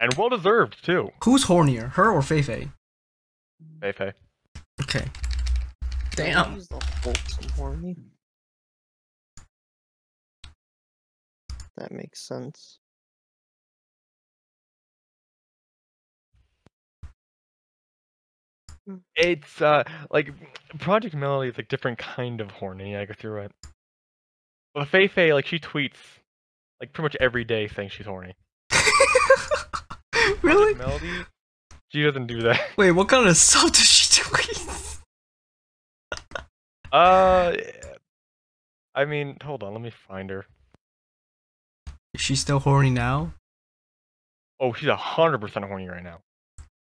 and well deserved too.
Who's hornier, her or Feifei?
Fei Fei.
Okay.
Maybe
Damn.
He's the wholesome horny. That makes sense.
It's uh like Project Melody is a different kind of horny. I guess you're right. But Fei Fei, like she tweets, like pretty much every day saying she's horny.
really?
Melody, she doesn't do that.
Wait, what kind of stuff does she tweet?
Uh, I mean, hold on, let me find her.
Is she still horny now?
Oh, she's a hundred percent horny right now.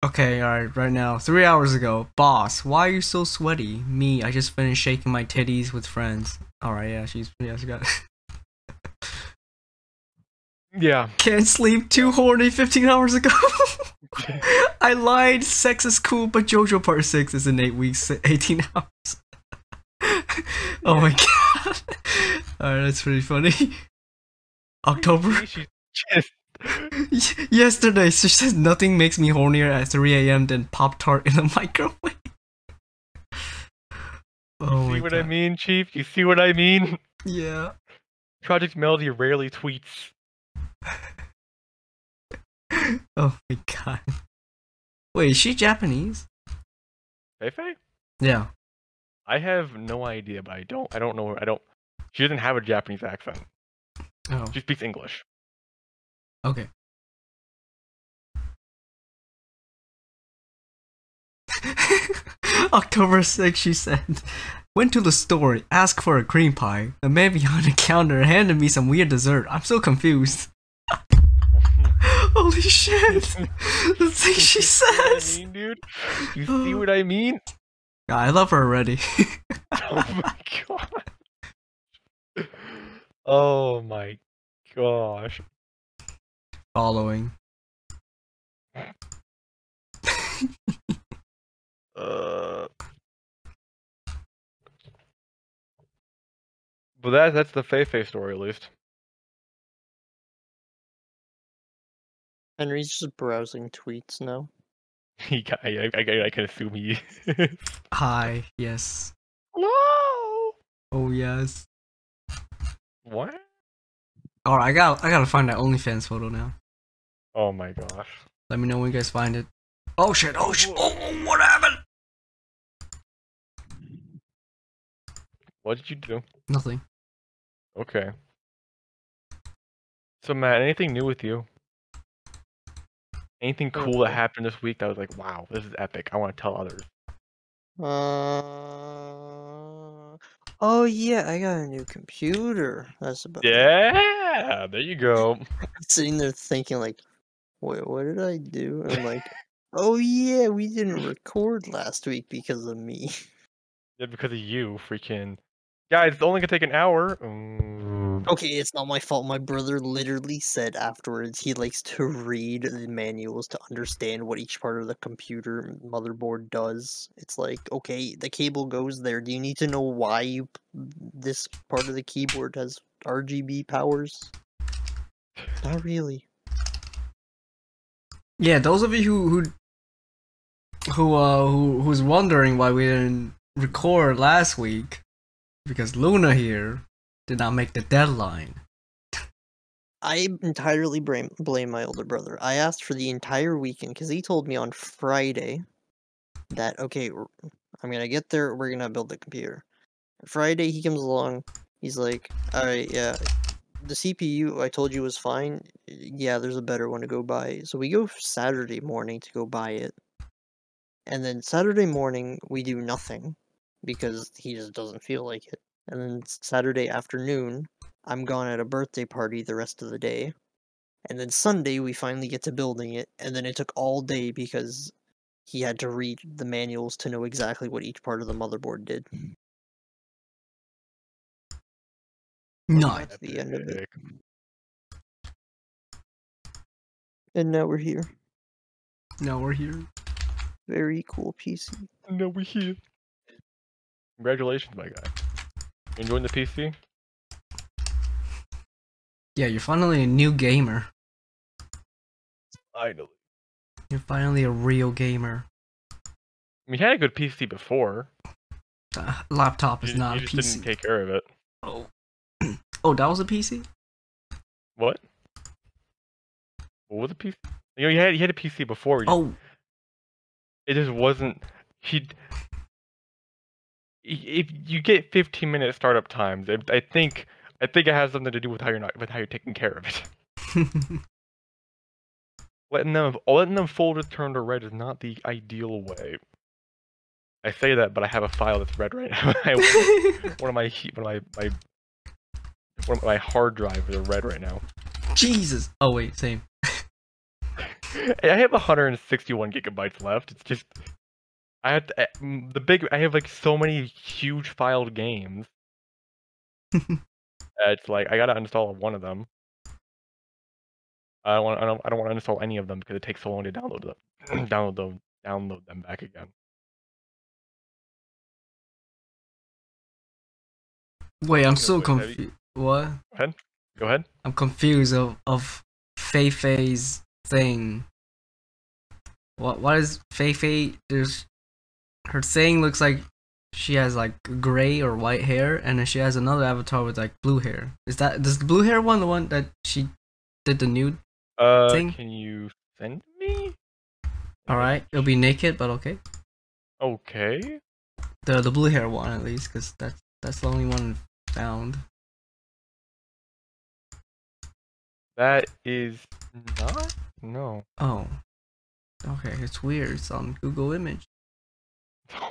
Okay, alright, right now. Three hours ago. Boss, why are you so sweaty? Me, I just finished shaking my titties with friends. Alright, yeah, she's yeah, she got
Yeah,
Can't sleep too horny 15 hours ago. I lied, sex is cool, but JoJo part 6 is in 8 weeks, 18 hours. oh my god. Alright, that's pretty funny. October.
she's just.
Y- Yesterday, she said nothing makes me hornier at 3 a.m. than Pop Tart in a microwave. Oh
see
my
what
god.
I mean, Chief? You see what I mean?
Yeah.
Project Melody rarely tweets.
Oh my god. Wait, is she Japanese?
Feifei?
Yeah.
I have no idea, but I don't. I don't know. I don't. She doesn't have a Japanese accent.
Oh.
She speaks English.
Okay. October 6th, she said. Went to the store, asked for a cream pie. The man behind the counter handed me some weird dessert. I'm so confused. Holy shit! the thing she
You see what I
says!
mean, dude. You see what I mean?
Yeah, I love her already.
Oh my god. Oh my gosh.
Following.
Uh, but that that's the Fei Fei story at least.
Henry's just browsing tweets now.
He, ca- I, I, I, I can assume he. no.
Hi. Yes. Oh yes.
What?
All right. I got. I gotta find that OnlyFans photo now.
Oh my gosh.
Let me know when you guys find it. Oh shit. Oh shit. Oh, oh, what happened?
What did you do?
Nothing.
Okay. So Matt, anything new with you? Anything
Oh,
cool that happened this week that was like, wow, this is epic. I want to tell others.
Uh, oh yeah, I got a new computer. That's about. it.
Yeah, there you go.
I'm sitting there thinking like, wait, what did I do? And I'm like, oh yeah, we didn't record last week because of me.
Yeah, because of you, freaking guys. It's only gonna take an hour. Mm.
Okay, it's not my fault. My brother literally said afterwards he likes to read the manuals to understand what each part of the computer motherboard does. It's like, okay, the cable goes there. Do you need to know why you, p- this part of the keyboard has RGB powers? Not really.
Yeah, those of you who who who uh who who's wondering why we didn't record last week because Luna here did not make the deadline.
I entirely blame, blame my older brother. I asked for the entire weekend because he told me on Friday that, okay, we're- I'm going to get there. We're going to build the computer. Friday, he comes along. He's like, all right, yeah, the CPU I told you was fine. Yeah, there's a better one to go buy. So we go Saturday morning to go buy it. And then Saturday morning, we do nothing because he just doesn't feel like it. And then Saturday afternoon, I'm gone at a birthday party the rest of the day. And then Sunday, we finally get to building it. And then it took all day because he had to read the manuals to know exactly what each part of the motherboard did.
No.
That's the end of it.
Epic.
And now we're here.
No, we're here.
Very cool PC.
No, we here. Congratulations, my guy. You enjoying the PC?
Yeah, you're finally a new gamer.
Finally.
You're finally a real gamer.
We had a good PC before.
Uh, laptop
You,
is
ju-
not
you
a
just
PC.
didn't take care of it.
oh. oh, that was a PC?
What? What was a PC? You know, you had you had a PC before. you-
Oh,
It just wasn't. He. If you get 15 minute startup times, I, I think I think it has something to do with how you're not with how you're taking care of it. Letting them letting them fold or turn to red is not the ideal way. I say that, but I have a file that's red right now. I- one of my he- one of my, my one of my hard drives are red right now.
Jesus. Oh, wait, same.
And I have 161 gigabytes left. It's just I have to, I- mm, the big. I have like so many huge filed games. Uh, it's like I gotta uninstall one of them. I don't want. I don't. I don't want to uninstall any of them because it takes so long to download them. download them. Download them back again.
Wait, I'm so
wait, have you-
confused. What?
Go ahead.
I'm confused of of Feifei's thing. What what is Feifei? There's her thing looks like she has like gray or white hair, and then she has another avatar with like blue hair. Is that does the blue hair one the one that she did the nude?
Uh,
Thing.
can you send me?
All right, it'll be naked, but okay.
Okay.
The the blue hair one at least, because that's that's the only one found.
That is not. No.
Oh, okay, it's weird. It's on Google Image.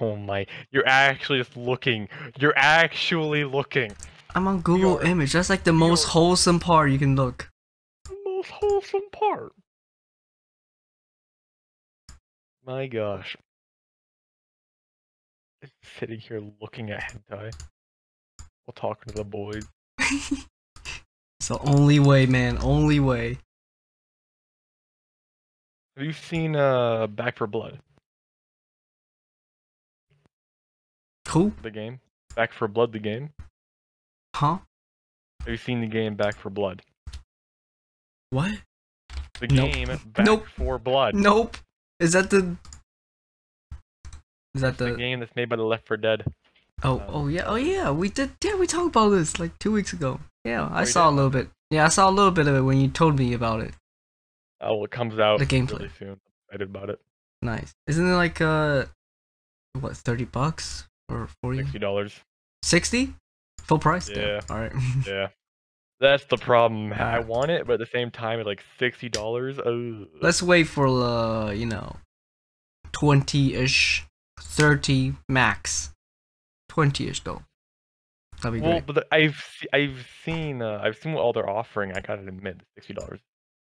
Oh my! You're actually just looking. You're actually looking.
I'm on Google
Your-
Image. That's like the most
your-
wholesome part you can look.
The most wholesome part. My gosh. Just Sitting here looking at hentai while talking to the boys.
It's the only way, man. Only way.
Have you seen uh Back for Blood?
Who?
The game. Back for Blood. The game.
Huh?
Have you seen the game Back for Blood?
What?
the
Nope.
game back
Nope.
for blood.
Nope. Is that the? Is that
The
the?
game that's made by the Left for Dead. uh,
Oh, oh yeah, oh yeah. We did. Yeah, we talked about this like two weeks ago. Yeah, I
we
saw
did.
a little bit. Yeah, I saw a little bit of it when you told me about it.
Oh, well, it comes out
The
really
gameplay.
soon. Excited about it.
Nice. Isn't it like uh, what thirty bucks or forty?
Sixty dollars.
Sixty? Full price?
Yeah.
All right.
Yeah, that's the problem. I
Uh,
want it, but at the same time, it's like sixty dollars.
Let's wait for uh, you know, twenty-ish, thirty max. Twenty-ish though. That'd be
Well,
great.
but the- I've se- I've seen uh, I've seen what all they're offering. I gotta admit, the sixty dollars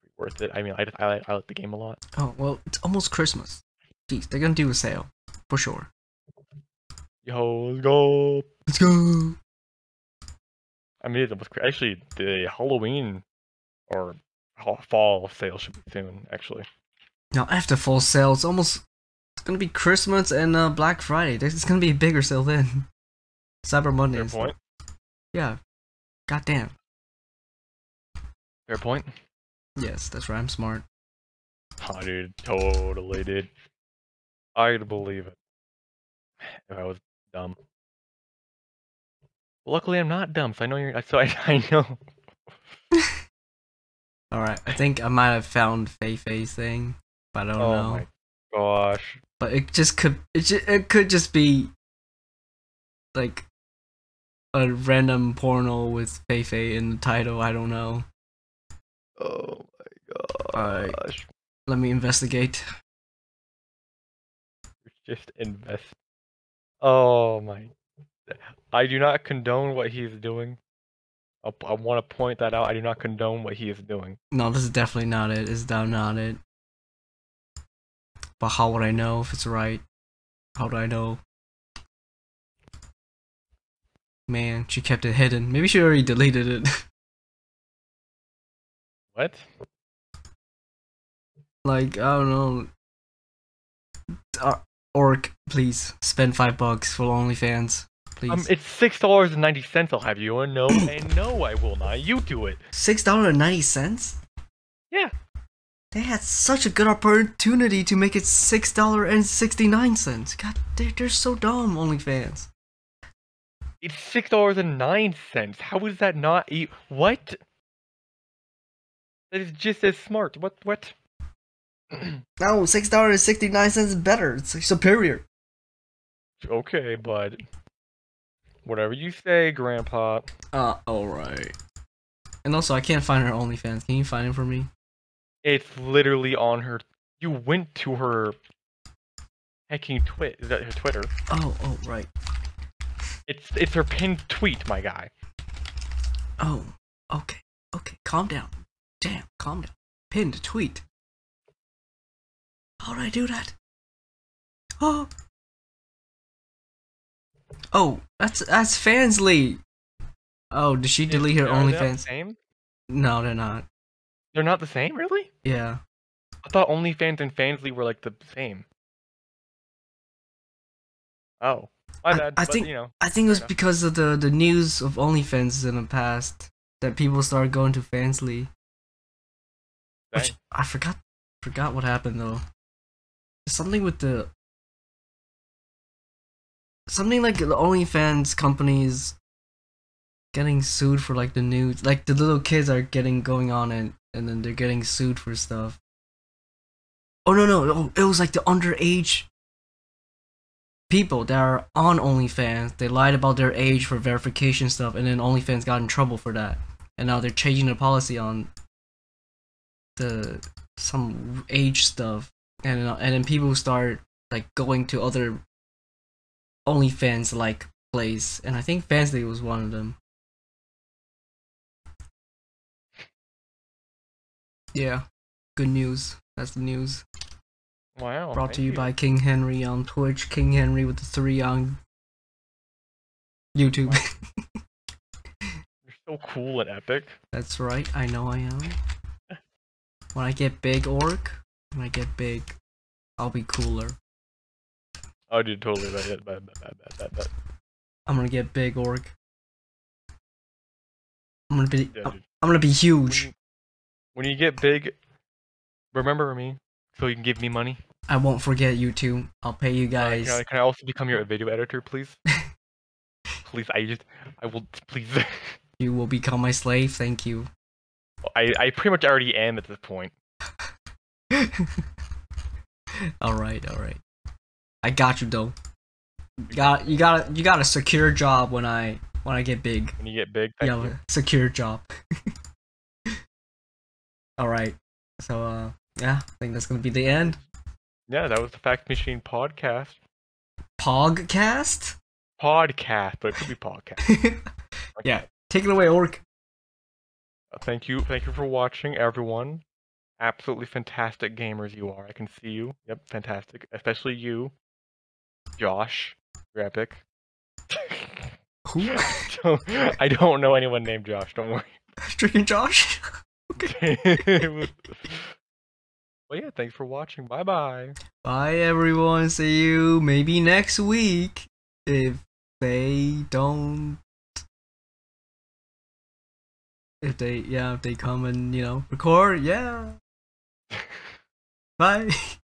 is worth it. I mean, I just I like, I like the game a lot.
Oh well, it's almost Christmas. Jeez, they're gonna do a sale for sure.
Yo, let's go.
Let's go.
I mean, it was actually the Halloween or ha- fall sale should be soon. Actually,
Now after full sale, it's almost it's gonna be Christmas and uh, Black Friday. There's it's gonna be a bigger sale then. Cyber Monday.
fair
and
point.
stuff. Yeah. God damn.
Fair point.
Yes, that's right. I'm smart.
Oh, dude, totally, dude. I'd believe it if I was dumb. Luckily, I'm not dumb, so I know you're. So I, I know.
All right. I think I might have found Fei Fei's thing, but I don't
oh
know.
my gosh.
But it just could it ju- it could just be like a random porno with Fei Fei in the title. I don't know.
Oh
All right.
my gosh.
Let me investigate.
Just invest. Oh my. I do not condone what he is doing. I, I want to point that out. I do not condone what he is doing.
No, this is definitely not it. It's down not it. But how would I know if it's right? How do I know? Man, she kept it hidden. Maybe she already deleted it.
What?
like, I don't know. Uh, Orc, please spend five bucks for OnlyFans, please.
Um, it's six dollars and ninety cents. I'll have you. And no, and no, I will not. You do it.
Six dollar and ninety cents.
Yeah.
They had such a good opportunity to make it six dollar and sixty nine cents. God, they're, they're so dumb, OnlyFans.
It's six dollars and nine cents. How is that not e What? That is just as smart. What? What?
No, six dollars and sixty nine cents is better. It's like superior.
Okay, bud. Whatever you say, Grandpa.
Uh, all right. And also, I can't find her OnlyFans. Can you find it for me?
It's literally on her. You went to her. Hacking twit. Is that her Twitter?
Oh, oh, right.
It's it's her pinned tweet, my guy.
Oh, okay, okay. Calm down. Damn, calm down. Pinned tweet. How did I do that? Oh. Oh, that's that's Fansly. Oh, did she delete her
Are they not the
OnlyFans?
Same?
No, they're not.
They're not the same, really.
Yeah.
I thought OnlyFans and Fansly were like the same. Oh, my
I-
bad.
I
but,
think-
you know.
I think it was
Fair enough.
because of the the news of OnlyFans in the past that people started going to Fansly,
dang.
which I forgot forgot what happened though. Something with the something like the OnlyFans companies getting sued for like the nudes, like the little kids are getting going on and and then they're getting sued for stuff. Oh no no! Oh, it was like the underage people that are on OnlyFans, they lied about their age for verification stuff, and then OnlyFans got in trouble for that. And now they're changing the policy on the some age stuff, and uh, and then people start like going to other OnlyFans like place, and I think Fansly was one of them. Yeah, good news. That's the news.
Wow.
Brought to
Oh, thank
you by King Henry on Twitch. King Henry with the three on YouTube.
You're so cool and epic.
That's right. I know I am. When I get big, orc. When I get big, I'll be cooler.
Oh, dude, totally. That, that, that, that, that, that, that.
I'm gonna get big, orc. I'm gonna be.
Yeah,
I'm
dude.
Oh, I'm gonna be
When
huge.
you, when you get big, Remember me, so you can give me money.
I won't forget you two. I'll pay you
Uh,
guys.
can, I, can I also become your video editor, please? please, I just, I will, please.
You will become my slave. Thank you.
I, I pretty much already am at this point.
all right, all right. I got you though. Got you got to you got a secure job when I when I get big.
When you get big, thank
Yeah,
you.
a secure job. all right. So uh yeah, I think that's going to be the end.
Yeah, that was the Fact Machine podcast.
Pogcast?
Podcast, but it could be podcast.
yeah. Take it away, Orc.
Uh, Thank you, thank you for watching, everyone. Absolutely fantastic gamers you are. I can see you. Yep, fantastic. Especially you, Josh. You're epic.
Who?
Don't- I don't know anyone named Josh. Don't worry.
Drinking Josh?
well, yeah, thanks for watching. Bye bye.
Bye everyone. See you maybe next week if they don't if they yeah, if they come and, you know, record. Yeah. Bye.